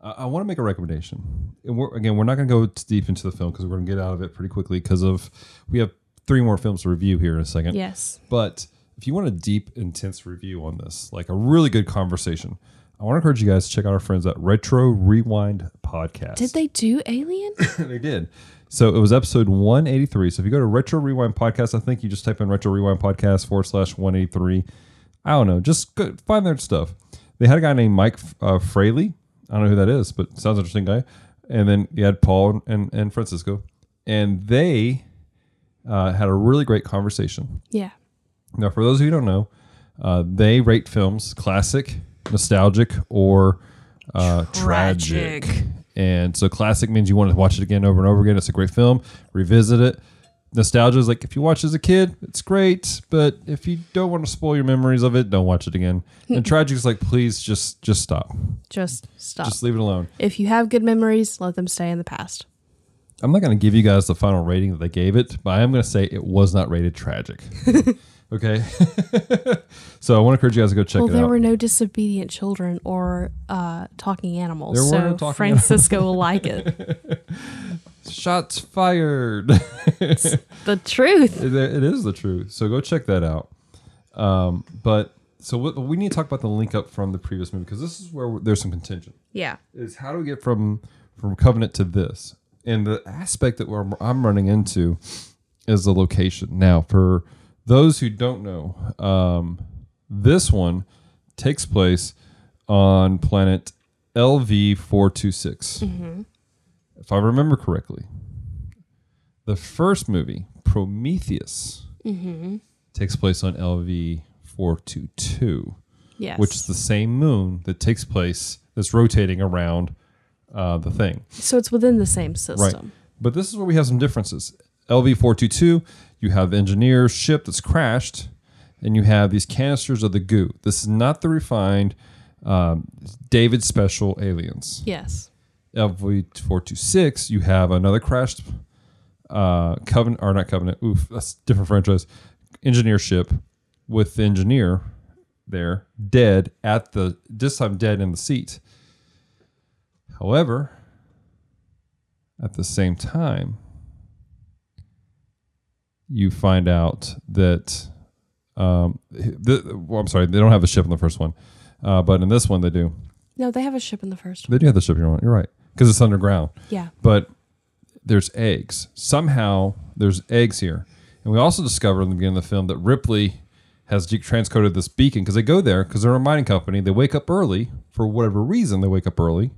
[SPEAKER 6] I, I want to make a recommendation. And we're, again, we're not going to go too deep into the film because we're going to get out of it pretty quickly because of we have three more films to review here in a second.
[SPEAKER 5] Yes.
[SPEAKER 6] But if you want a deep, intense review on this, like a really good conversation, I want to encourage you guys to check out our friends at Retro Rewind Podcast.
[SPEAKER 5] Did they do Alien?
[SPEAKER 6] they did. So it was episode 183. So if you go to Retro Rewind Podcast, I think you just type in Retro Rewind Podcast forward slash 183. I don't know. Just go, find their stuff. They had a guy named Mike uh, Fraley. I don't know who that is, but sounds interesting guy. And then you had Paul and, and Francisco. And they uh, had a really great conversation.
[SPEAKER 5] yeah.
[SPEAKER 6] Now, for those of you who don't know, uh, they rate films classic, nostalgic, or uh, tragic. And so, classic means you want to watch it again over and over again. It's a great film. Revisit it. Nostalgia is like if you watch as a kid, it's great, but if you don't want to spoil your memories of it, don't watch it again. And tragic is like, please just just stop,
[SPEAKER 5] Just stop.
[SPEAKER 6] just leave it alone.
[SPEAKER 5] if you have good memories, let them stay in the past.
[SPEAKER 6] I'm not going to give you guys the final rating that they gave it, but I am going to say it was not rated tragic. okay, so I want to encourage you guys to go check
[SPEAKER 5] Well,
[SPEAKER 6] it
[SPEAKER 5] there
[SPEAKER 6] out.
[SPEAKER 5] were no disobedient children or uh, talking animals,
[SPEAKER 6] There were
[SPEAKER 5] so
[SPEAKER 6] no talking
[SPEAKER 5] Francisco will like it.
[SPEAKER 6] Shots fired.
[SPEAKER 5] The truth.
[SPEAKER 6] It- it is the truth. So go check that out. Um, but so what, we need to talk about the link up from the previous movie because this is where there's some contention.
[SPEAKER 5] Yeah.
[SPEAKER 6] Is how do we get from from Covenant to this? And the aspect that we're, I'm running into is the location. Now, for those who don't know, um, this one takes place on planet LV four two six, if I remember correctly. The first movie, Prometheus, takes place on LV four two two
[SPEAKER 5] Yes.
[SPEAKER 6] which is the same moon that takes place that's rotating around uh, the thing.
[SPEAKER 5] so it's within the same
[SPEAKER 6] Right.
[SPEAKER 5] system.
[SPEAKER 6] But this is where we have some differences. LV 422, you have the engineer's ship that's crashed, and you have these canisters of the goo. This is not the refined um, David special aliens.
[SPEAKER 5] Yes.
[SPEAKER 6] LV 426, you have another crashed uh, Covenant, or not Covenant, oof, that's a different franchise, engineer ship with the engineer there dead at the, this time dead in the seat. However, at the same time, you find out that, um, the, well, I'm sorry, they don't have a ship in the first one, uh, but in this one they do.
[SPEAKER 5] No, they have a ship in the first one.
[SPEAKER 6] They do have the ship here. You're right. because it's underground.
[SPEAKER 5] Yeah.
[SPEAKER 6] But there's eggs. Somehow there's eggs here. And we also discover in the beginning of the film that Ripley has de- transcoded this beacon because they go there because they're a mining company. They wake up early for whatever reason. They wake up early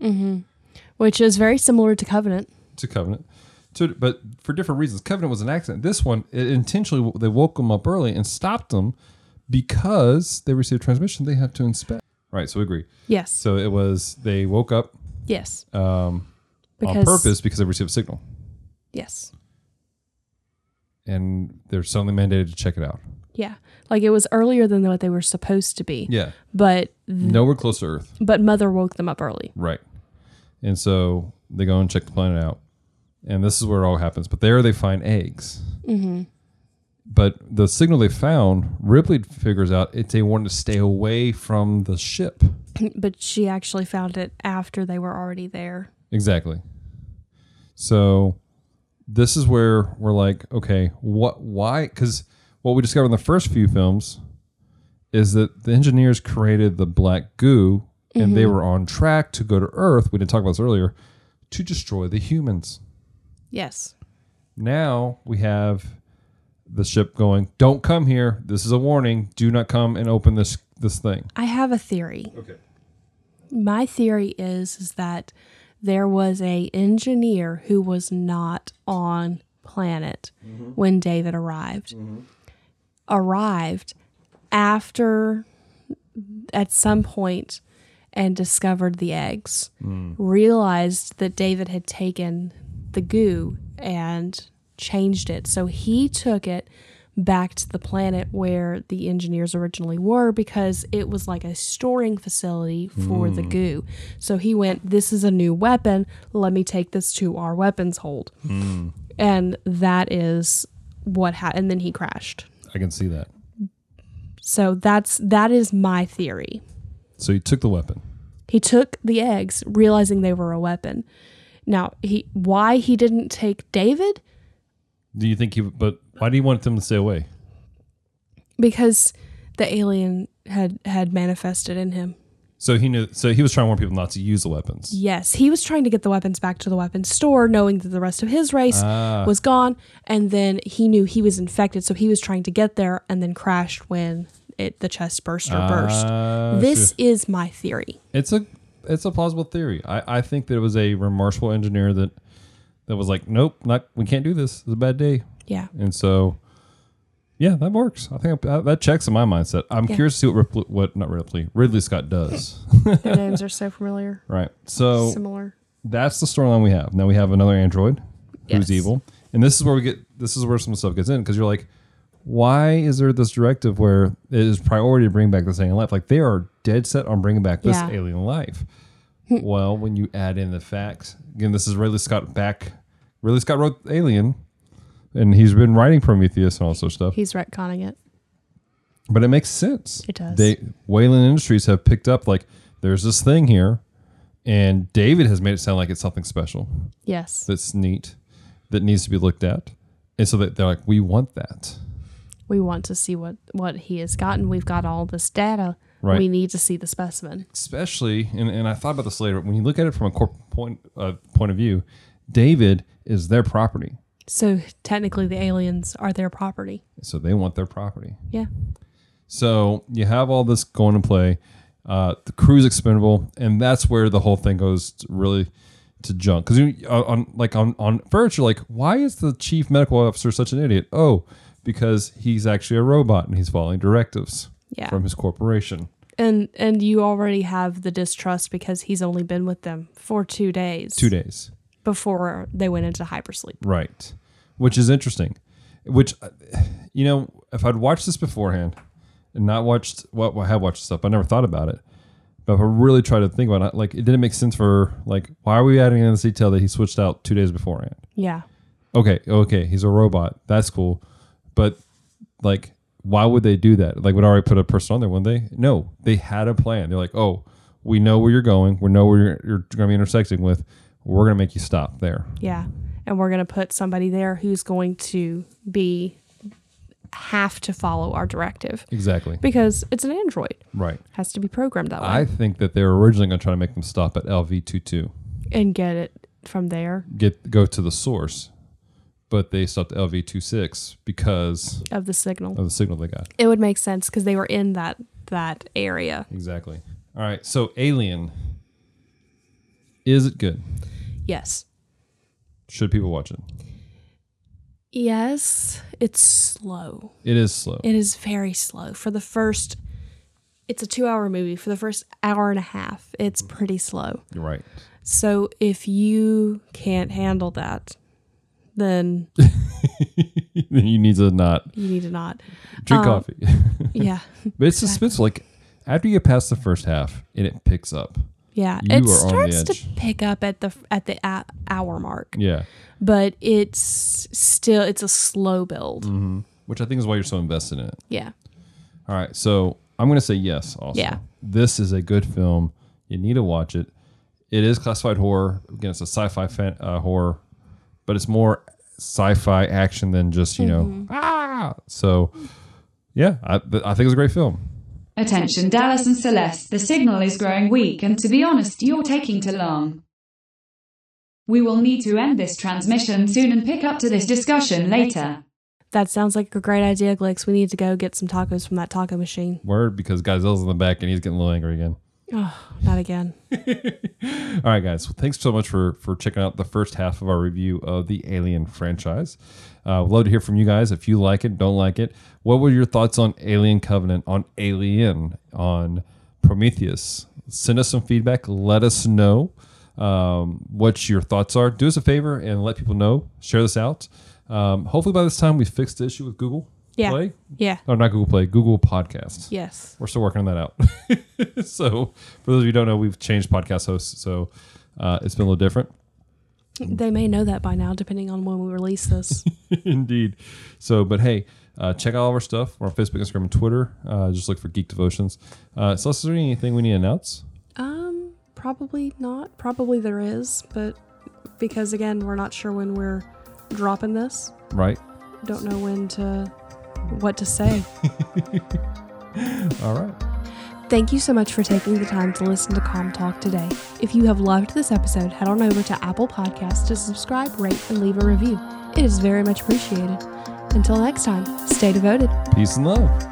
[SPEAKER 5] which is very similar to Covenant.
[SPEAKER 6] to Covenant, to, but for different reasons. Covenant was an accident. This one it intentionally they woke them up early and stopped them because they received transmission. They have to inspect. Right. So we agree.
[SPEAKER 5] Yes.
[SPEAKER 6] So it was they woke up
[SPEAKER 5] yes.
[SPEAKER 6] um, on
[SPEAKER 5] Because-
[SPEAKER 6] purpose because they received a signal
[SPEAKER 5] Yes.
[SPEAKER 6] and they're suddenly mandated to check it out.
[SPEAKER 5] Yeah. Like it was earlier than what they were supposed to be.
[SPEAKER 6] Yeah.
[SPEAKER 5] But
[SPEAKER 6] Nowhere close to Earth.
[SPEAKER 5] but mother woke them up early.
[SPEAKER 6] Right. And so they go and check the planet out. And this is where it all happens. But there they find eggs. Mm-hmm. But the signal they found, Ripley figures out it's they wanted to stay away from the ship.
[SPEAKER 5] But she actually found it after they were already there.
[SPEAKER 6] Exactly. So this is where we're like, okay, what, why? Because what we discovered in the first few films is that the engineers created the black goo and they were on track to go to Earth. We didn't talk about this earlier to destroy the humans.
[SPEAKER 5] Yes.
[SPEAKER 6] Now we have the ship going, don't come here. This is a warning. Do not come and open this this thing.
[SPEAKER 5] I have a theory.
[SPEAKER 6] Okay.
[SPEAKER 5] My theory is is that there was a engineer who was not on planet when David arrived. Arrived after at some point and discovered the eggs. Realized that David had taken the goo and changed it. So he took it back to the planet where the engineers originally were because it was like a storing facility for the goo. So he went, This is a new weapon. Let me take this to our weapons hold. And that is what happened. And then he crashed.
[SPEAKER 6] I can see that.
[SPEAKER 5] So that's that is my theory.
[SPEAKER 6] So you took the weapon.
[SPEAKER 5] He took the eggs, realizing they were a weapon. Now, he why he didn't take David
[SPEAKER 6] Do you think he but why do you want them to stay away?
[SPEAKER 5] because the alien had had manifested in him.
[SPEAKER 6] So he knew. So he was trying to warn people not to use the weapons.
[SPEAKER 5] Yes, he was trying to get the weapons back to the weapons store, knowing that the rest of his race
[SPEAKER 6] Ah.
[SPEAKER 5] was gone, and then he knew he was infected, so he was trying to get there, and then crashed when it the chest burst or
[SPEAKER 6] Ah,
[SPEAKER 5] burst. This is my theory.
[SPEAKER 6] It's a it's a plausible theory. I, I think that it was a remorseful engineer that that was like, nope, not we can't do this. It's a bad day,
[SPEAKER 5] Yeah,
[SPEAKER 6] and so yeah, that works. I think I, that checks in my mindset. I'm curious to see what Ripley, what not Ripley Ridley Scott does.
[SPEAKER 5] their names are so familiar,
[SPEAKER 6] right. So
[SPEAKER 5] similar.
[SPEAKER 6] that's the storyline we have. Now we have another android
[SPEAKER 5] Yes.
[SPEAKER 6] who's evil, and this is where we get this is where some stuff gets in because you're like, why is there this directive where it is priority to bring back this alien life? Like they are dead set on bringing back this
[SPEAKER 5] Yeah.
[SPEAKER 6] alien life. well, when you add in the facts, again, this is Ridley Scott back. Ridley Scott wrote Alien, and he's been writing Prometheus and all sorts of stuff.
[SPEAKER 5] He's retconning it.
[SPEAKER 6] But it makes sense.
[SPEAKER 5] It does.
[SPEAKER 6] They Wayland Industries have picked up like there's this thing here, and David has made it sound like it's something special
[SPEAKER 5] Yes,
[SPEAKER 6] that's neat that needs to be looked at. And so that they're like, we want that.
[SPEAKER 5] we want to see what what he has gotten. We've got all this data.
[SPEAKER 6] Right.
[SPEAKER 5] We need to see the specimen.
[SPEAKER 6] Especially, and, and I thought about this later, when you look at it from a corp point, uh, point of view, David is their property.
[SPEAKER 5] So technically, the aliens are their property.
[SPEAKER 6] So they want their property.
[SPEAKER 5] Yeah.
[SPEAKER 6] So you have all this going to play. Uh, the crew's expendable, and that's where the whole thing goes to really to junk. Because you on- on like on on first you're like, why is the chief medical officer such an idiot? Oh, because he's actually a robot and he's following directives
[SPEAKER 5] Yeah.
[SPEAKER 6] from his corporation.
[SPEAKER 5] and and you already have the distrust because he's only been with them for two days
[SPEAKER 6] Two days,
[SPEAKER 5] before they went into hypersleep
[SPEAKER 6] right? Which is interesting. Which uh, you know, if I'd watched this beforehand and not watched what well, I have watched stuff, I never thought about it. But if I really tried to think about it, like it didn't make sense for like why are we adding in this detail that he switched out two days beforehand?
[SPEAKER 5] yeah
[SPEAKER 6] Okay, okay, he's a robot. That's cool, but like, why would they do that? Like, would I already put a person on there, wouldn't they? No, they had a plan. They're like, oh, we know where you're going. We know where you're, you're going to be intersecting with. We're going to make you stop there.
[SPEAKER 5] yeah and we're going to put somebody there who's going to be have to follow our directive
[SPEAKER 6] Exactly.
[SPEAKER 5] because it's an android
[SPEAKER 6] Right.
[SPEAKER 5] has to be programmed that way
[SPEAKER 6] I think that they were originally going to try to make them stop at LV22.
[SPEAKER 5] and get it from there
[SPEAKER 6] get go to the source, but they stopped LV26 because
[SPEAKER 5] of the signal.
[SPEAKER 6] of the signal they got.
[SPEAKER 5] It would make sense because they were in that that area.
[SPEAKER 6] Exactly. All right. So Alien, is it good?
[SPEAKER 5] Yes.
[SPEAKER 6] Should people watch it?
[SPEAKER 5] Yes, it's slow.
[SPEAKER 6] It is slow.
[SPEAKER 5] It is very slow. For the first, it's a two hour movie. For the first hour and a half, it's pretty slow.
[SPEAKER 6] You're right.
[SPEAKER 5] So if you can't handle that, then
[SPEAKER 6] you need to not
[SPEAKER 5] you need to not.
[SPEAKER 6] drink coffee.
[SPEAKER 5] Yeah.
[SPEAKER 6] but it's suspenseful. Like after you get past the first half, and it picks up.
[SPEAKER 5] Yeah.
[SPEAKER 6] You
[SPEAKER 5] it
[SPEAKER 6] are on the
[SPEAKER 5] starts to
[SPEAKER 6] edge.
[SPEAKER 5] pick up at the at the a- hour mark,
[SPEAKER 6] Yeah.
[SPEAKER 5] but it's still it's a slow build.
[SPEAKER 6] Mm-hmm. Which I think is why you're so invested in it.
[SPEAKER 5] Yeah.
[SPEAKER 6] All right. So I'm going to say yes also.
[SPEAKER 5] Yeah.
[SPEAKER 6] This is a good film. You need to watch it. It is classified horror. Again, it's a sci fi fan, uh, horror, but it's more sci fi action than just, you know, ah. So, yeah, I, but I think it's a great film.
[SPEAKER 4] Attention, Dallas and Celeste, the signal is growing weak, and to be honest, you're taking too long. We will need to end this transmission soon and pick up to this discussion later.
[SPEAKER 5] That sounds like a great idea, Glix. We need to go get some tacos from that taco machine.
[SPEAKER 6] Word because Guyzelle's in the back and he's getting a little angry again.
[SPEAKER 5] Oh, not again.
[SPEAKER 6] All right, guys. Well, thanks so much for for checking out the first half of our review of the Alien franchise. Uh, would love to hear from you guys if you like it, don't like it. What were your thoughts on Alien Covenant, on Alien, on Prometheus? Send us some feedback. Let us know um, what your thoughts are. Do us a favor and let people know. Share this out. Um, hopefully, by this time, we fixed the issue with Google
[SPEAKER 5] Yeah.
[SPEAKER 6] Play.
[SPEAKER 5] Yeah.
[SPEAKER 6] Oh, not Google Play, Google Podcasts.
[SPEAKER 5] Yes.
[SPEAKER 6] We're still working on that out. so, for those of you who don't know, we've changed podcast hosts, so uh, it's been a little different.
[SPEAKER 5] They may know that by now, depending on when we release this.
[SPEAKER 6] Indeed. So, but hey, uh, check out all of our stuff. We're on Facebook, Instagram, and Twitter. Uh, just look for Geek Devotions. Uh, so, is there anything we need to announce?
[SPEAKER 5] um, probably not. Probably there is, but because again, we're not sure when we're dropping this.
[SPEAKER 6] Right.
[SPEAKER 5] Don't know when to, what to say.
[SPEAKER 6] All right.
[SPEAKER 5] Thank you so much for taking the time to listen to Calm Talk today. If you have loved this episode, head on over to Apple Podcasts to subscribe, rate, and leave a review. It is very much appreciated. Until next time, stay devoted.
[SPEAKER 6] Peace and love.